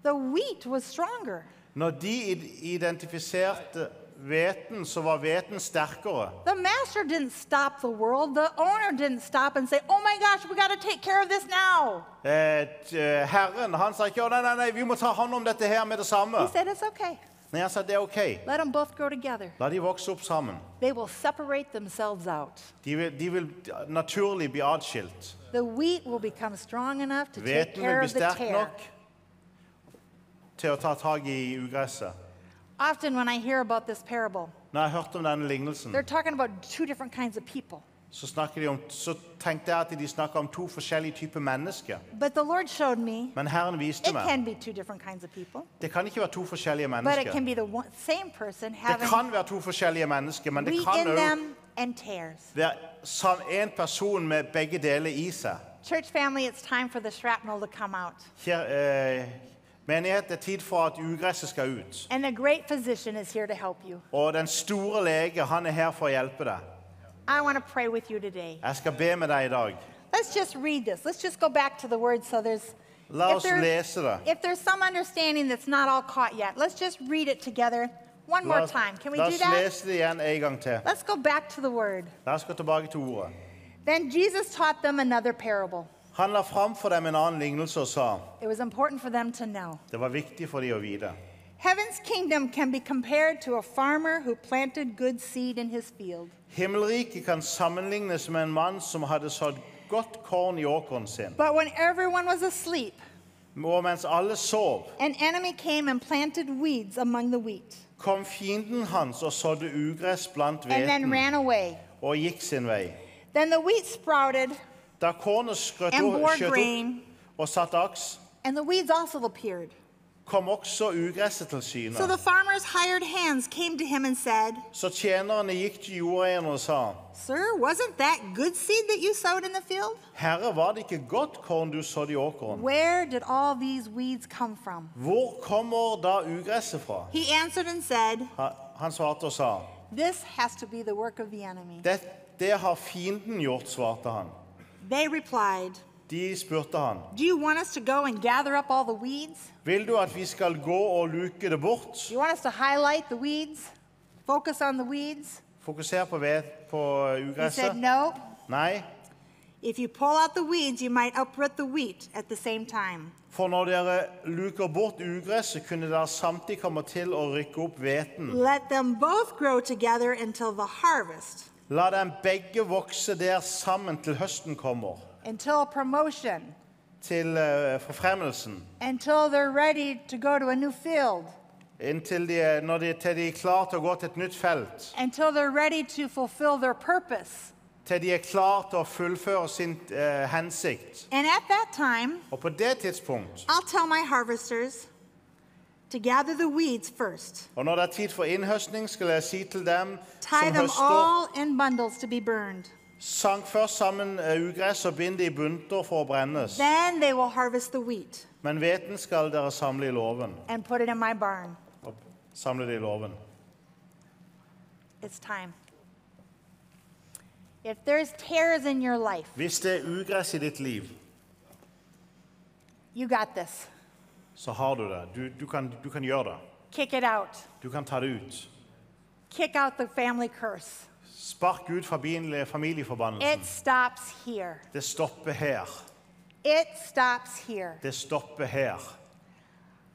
the wheat was stronger.
Når de id- identifiserte hveten, så var hveten sterkere.
The master didn't stop the world. The owner didn't stop and say, oh my gosh, we got to take care of this now.
Eh, t- eh, Herren han sa ikke «Å, nei, nei, nei, vi må ta hånd om dette her med det
He
samme.
said, it's okay.
Nei, han sa det er ok.
Let them both grow together.
La de vokse opp sammen.
They will separate themselves out.
De vil, de vil naturlig bli atskilt.
The wheat will become strong enough to take
Hveten vil
care
bli
of the
sterk
tare.
nok til å ta tak i ugresset.
Often, when I hear about this parable,
Når jeg hørte om denne lignelsen,
they're talking about two different kinds of people.
så, snakker de om, så tenkte jeg at de snakket om to forskjellige typer mennesker.
But the Lord showed me
Men Herren viste
it
meg
can be two different kinds of people,
det kan ikke være to forskjellige
but it can
mennesker.
be the one, same person
Det
having
kan være to forskjellige mennesker, men det
wheat
kan
in
òg
them and tares.
være én person med begge deler i seg.
Church family, it's time for the shrapnel to come out.
Kjære, eh, menighet, det er tid for at ugresset skal ut.
And the great physician is here to help you.
Og den store lege, han er her for å hjelpe deg.
I want to pray with you today.
Jeg skal be med deg i dag.
Let's just read this. Let's just go back to the word so there's.
La
if
oss
there-
lese det.
If there's some understanding that's not all caught yet, let's just read it together one
La
more
oss,
time. Can we
la
do
oss
that?
lese det igjen en gang til.
Let's go back to the word.
La oss gå tilbake til ordet.
Then Jesus taught them another parable.
Han la fram for dem en annen lignelse og sa
It was important for them to know.
det var viktig for dem å vite.
Heaven's kingdom can be compared to a farmer who planted good seed in his field.
Himmelriket kan sammenlignes med en mann som hadde sådd godt korn i åkeren sin.
But when everyone was asleep,
Og mens alle sov,
an enemy came and planted weeds among the wheat
kom fienden hans og sådde ugress blant
and then
hveten
ran away.
og gikk sin vei.
Then the wheat sprouted
Da kornet skrøt
and
opp,
bore
skjøt opp
grain,
og satt aks,
and the weeds also appeared.
kom også ugresset til
So
syne.
the farmer's hired hands came to him and said,
Så tjenerne gikk til jordeieren og sa,
Sir, wasn't that good seed that you sowed in the field?
Herre, var det ikke godt korn du sådde i åkeren?
Where did all these weeds come from?
Hvor kommer da ugresset fra?
He answered and said,
Ha- Han svarte og sa,
This has to be the work of the enemy.
det, det har fienden gjort, svarte han.
They replied,
De spurte han,
Do you want us to go and gather up all the weeds?
vil du at vi skal gå og luke det bort?
Do you want us to highlight the weeds? Focus on the weeds?
Fokuser på, ved, på
He said,
ugresset?
No.
Nei,
If you pull out the weeds, you might uproot the wheat at the same time.
for når dere luker bort ugresset, kunne dere samtidig komme til å rykke opp veten.
Let them both grow together until the harvest.
La dem begge vokse der sammen til høsten kommer.
until promotion,
til eh, forfremmelsen.
until they're ready to go to a new field,
Inntil de er, når de, til de er klar til å gå til et nytt felt.
until they're ready to fulfill their purpose.
Til de er klar til å fullføre sin eh, hensikt.
And at that time,
Og på det tidspunkt,
I'll tell my harvesters to gather the weeds first,
og når det er tid for innhøstning, skal jeg si til dem
tie
som
them
høster,
all in bundles to be burned.
sank først sammen eh, ugress og bind det i bunter for å brennes.
Then they will harvest the wheat
Men hveten skal dere samle i låven.
and put it in my barn.
Og Samle det i låven.
It's time. If there's tears in your life,
Hvis det er ugress i ditt liv,
you got this.
så har du det. Du, du, kan, du kan gjøre det.
Kick it out.
Du kan ta det ut.
Kick out the family curse.
Spark ut familie- familieforbannelsen.
It stops here.
Det stopper her.
It stops here.
Det stopper her.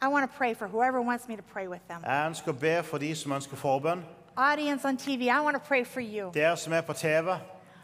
I want to pray for whoever wants me to pray with them.
Jeg ønsker å be for de som ønsker forbønn.
Audience on TV, I want to pray for you.
Dere som er på TV.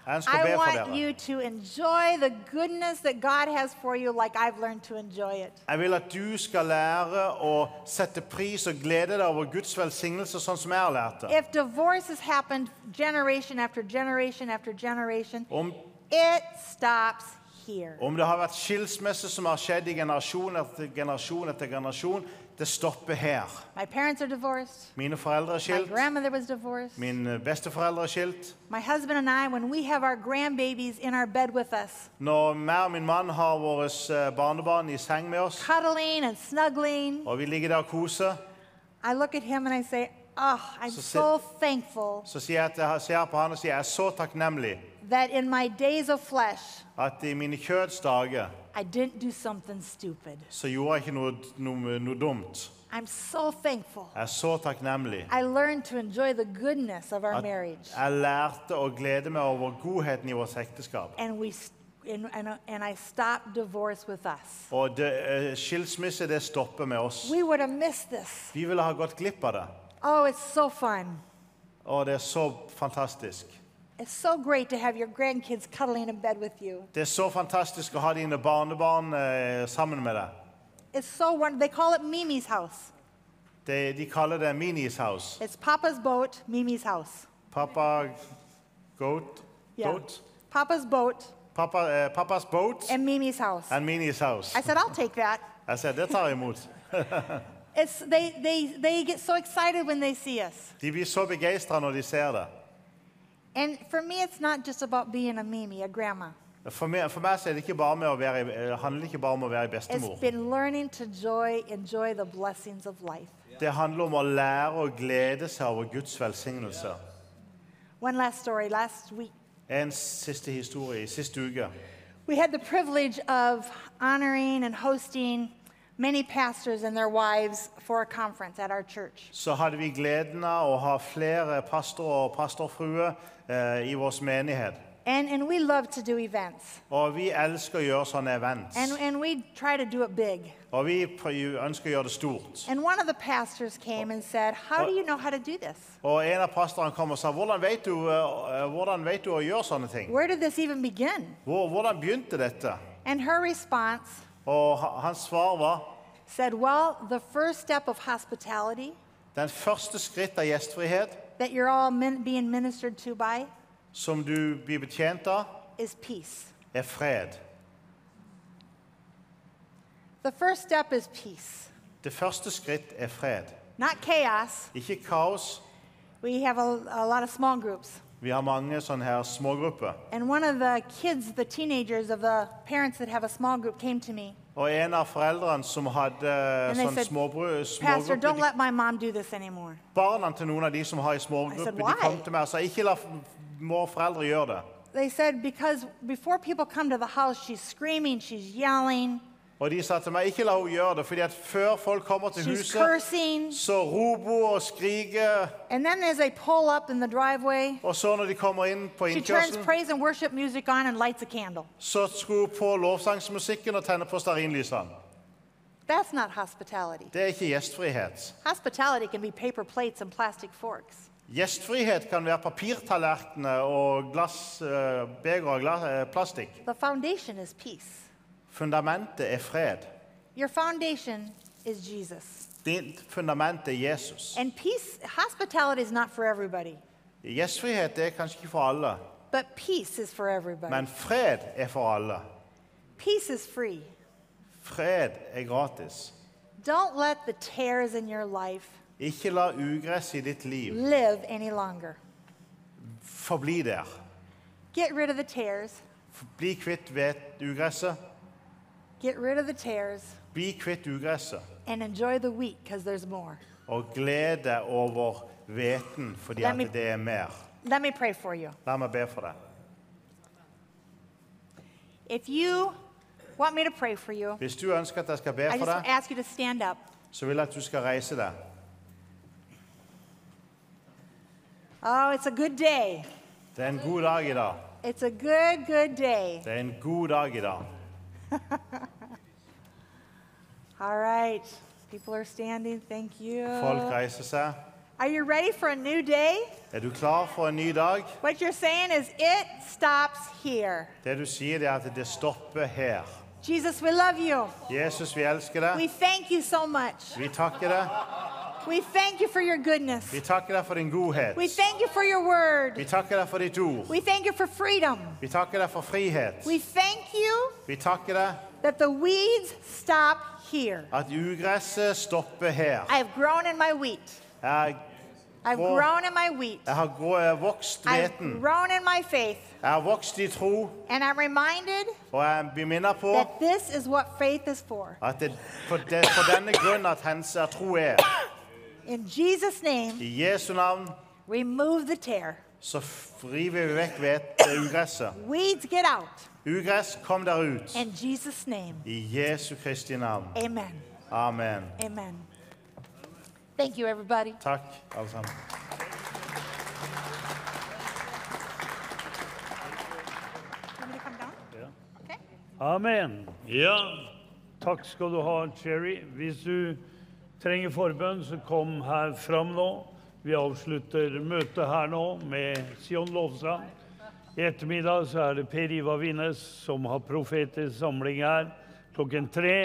Jeg ønsker å be
I
for
want
dere.
you to enjoy the goodness that God has for you like I've learned to enjoy it.
Jeg vil at du skal lære å sette pris og glede deg over Guds velsignelse, sånn som jeg har lært det.
If divorce has happened generation after generation after generation,
Om,
it stops here.
om det har vært skilsmisse som har skjedd i generasjon etter generasjon etter generasjon, det stopper her.
My parents are divorced.
Mine foreldre er
My
skilt.
grandmother was divorced.
Mine besteforeldre er skilt.
My husband and I, when we have our grandbabies in our bed with us,
Når meg og min mann har våre eh, barnebarn i seng med oss,
cuddling and snuggling,
og vi ligger der og koser,
I look at him and I say, Oh, I'm
So
so
sit-
thankful
så sier jeg, til, ser jeg på han og sier jeg er så takknemlig
that in my days of flesh,
at i mine kjøds dager
I didn't do something stupid.
så gjorde jeg ikke noe, noe, noe dumt.
I'm so thankful.
Jeg er så takknemlig.
I learned to enjoy the goodness of our
At
marriage.
jeg lærte å glede meg over godheten i vårt ekteskap.
And, we, s- and, and, uh, and I stopped divorce with us.
Og det, eh, skilsmisse, det stopper med oss.
We would have missed this.
Vi ville ha gått glipp av det.
Oh, it's so fun.
Og det er så fantastisk.
It's so great to have your grandkids cuddling in bed with you.
Det er så fantastisk å ha dine barnebarn eh, sammen med deg.
It's so wonderful. They call it Mimi's house.
De, de kaller det Minis house.
It's Papa's boat, Mimi's house.
Pappa goat?
Yeah.
goat?
Papa's boat
Pappa, eh, pappas boat
and Mimi's house.
and Minis house.
I said, I'll take that.
Jeg sier, det tar jeg imot.
It's, they, they, they get so excited when they see us.
De blir så begeistra når de ser det.
And for me, it's not just about being a Mimi, a grandma.
For meg, for meg så er det ikke bare med å være, i- eh, handler det ikke bare om å være i
It's
bestemor.
been learning to joy, enjoy the blessings of life.
Det handler om å lære å glede seg over Guds velsignelse.
One last story. Last week,
En siste historie i siste uke.
we had the privilege of honoring and hosting many pastors and their wives for a conference at our church.
Så hadde vi gleden av å ha flere pastorer og pastorfruer eh, i vår menighet.
And, and we love to do events.
Og vi elsker å gjøre sånne events.
And, and we try to do it big.
Og vi prø- ønsker å gjøre det stort.
And one of the pastors came and said, How do you know how to do this?
Og en av pastorene kom og sa, hvordan vet du, eh, eh, hvordan vet du å gjøre sånne ting?
Where did this even begin?
Hvor, hvordan begynte dette?
And her response
Og ha- hans svar var,
said, Well, the first step of hospitality
den første skritt av gjestfrihet
that you're all min- being ministered to by
som du blir betjent av,
is peace.
er fred.
The first step is peace,
Det første skritt er fred.
not chaos.
Ikke kaos.
We have a, a lot of small groups.
Vi har mange sånne her smågrupper.
And one of the kids, the teenagers of the parents that have a small group, came to me
Og en av foreldrene som hadde eh,
and they
sånn
said,
småbru-
Pastor,
smågruppe
don't
de,
let my mom do this anymore.
Barna til noen av de som har i
I
smågruppe,
said,
de kom
"Why?"
til meg og sa ikke la f- må foreldre gjøre det.
They said, Because before people come to the house, she's screaming, she's yelling,
Og de sa til meg ikke la henne gjøre det, fordi at før folk kommer til
she's
huset,
cursing.
så roper hun og skriker.
And then as they pull up in the driveway,
Og så når de kommer inn på
she turns
innkjørselen,
praise and worship music on and lights a candle.
så skrur hun på lovsangsmusikken og tenner på stearinlysene.
That's not hospitality.
Det er ikke gjestfrihet.
Hospitality can be paper plates and plastic forks.
Gjestfrihet kan være papirtallerkener og glass, eh, beger og gla- eh, plastikk.
The foundation is peace.
Fundamentet er fred.
Your foundation is Jesus.
Ditt fundament er Jesus.
And peace, hospitality is not for everybody,
Gjestfrihet er kanskje ikke for alle,
but peace is for everybody.
men fred er for alle.
Peace is free.
Fred er gratis.
Don't let the tears in your life
Ikke la ugress i ditt liv
live any longer.
forbli der.
Get rid of the tears.
Bli kvitt ved ugresset.
Get rid of the tears
Bli kvitt ugresset.
and enjoy the wheat because there's more.
Og gled deg over hveten, fordi
Let
at
me-
det er mer.
Let me pray for you.
La meg be for deg.
If you want me to pray for you,
Hvis du ønsker at jeg skal be
I
for
just
deg,
ask you to stand up.
så vil jeg at du skal reise deg.
Oh, it's a good day.
Det er en god dag i dag.
It's a good, good day.
Det er en god dag i dag.
All right. People are standing. Thank you.
Folk reiser seg.
Are you ready for a new day?
Er du klar for en ny dag?
What you're saying is, it stops here.
Det du sier, det er at det stopper her.
Jesus, we love you.
Jesus, vi elsker
We
deg.
thank you so much.
Vi takker deg.
We thank you for your goodness.
Vi takker deg for din godhet.
We thank you for your
Vi
word.
takker deg for ditt ord.
We thank you for freedom.
Vi takker deg for frihet.
We thank you
Vi takker deg
that the weeds stop here.
at ugresset stopper her.
I have grown in my wheat.
Jeg,
I've
Whoa.
grown in my wheat.
jeg har grå- vokst
I've
hveten.
grown in my faith.
Jeg har vokst i tro,
And I'm reminded
og jeg blir minnet på
that this is what faith is for.
at det for, det, for denne grunn at hennes er tro er.
In Jesus' name,
I Jesu navn
remove the tear.
så f- river vi vekk hvet- ugresset.
Weeds get out.
Ugress, kom der ut.
In Jesus' name,
I Jesu Kristi navn.
amen.
Amen.
Amen. Thank you, everybody.
Takk, alle sammen.
You want me to come down? Okay.
Amen. Ja, takk skal du ha, Cherry. Hvis du trenger forbønn, så kom her fram nå. Vi avslutter møtet her nå med Sion lovsang. I ettermiddag så er det Per Ivar Vinnes som har profetisk samling her klokken tre.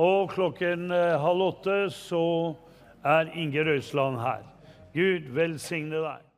Og klokken eh, halv åtte så er Inge Røisland her. Gud velsigne deg.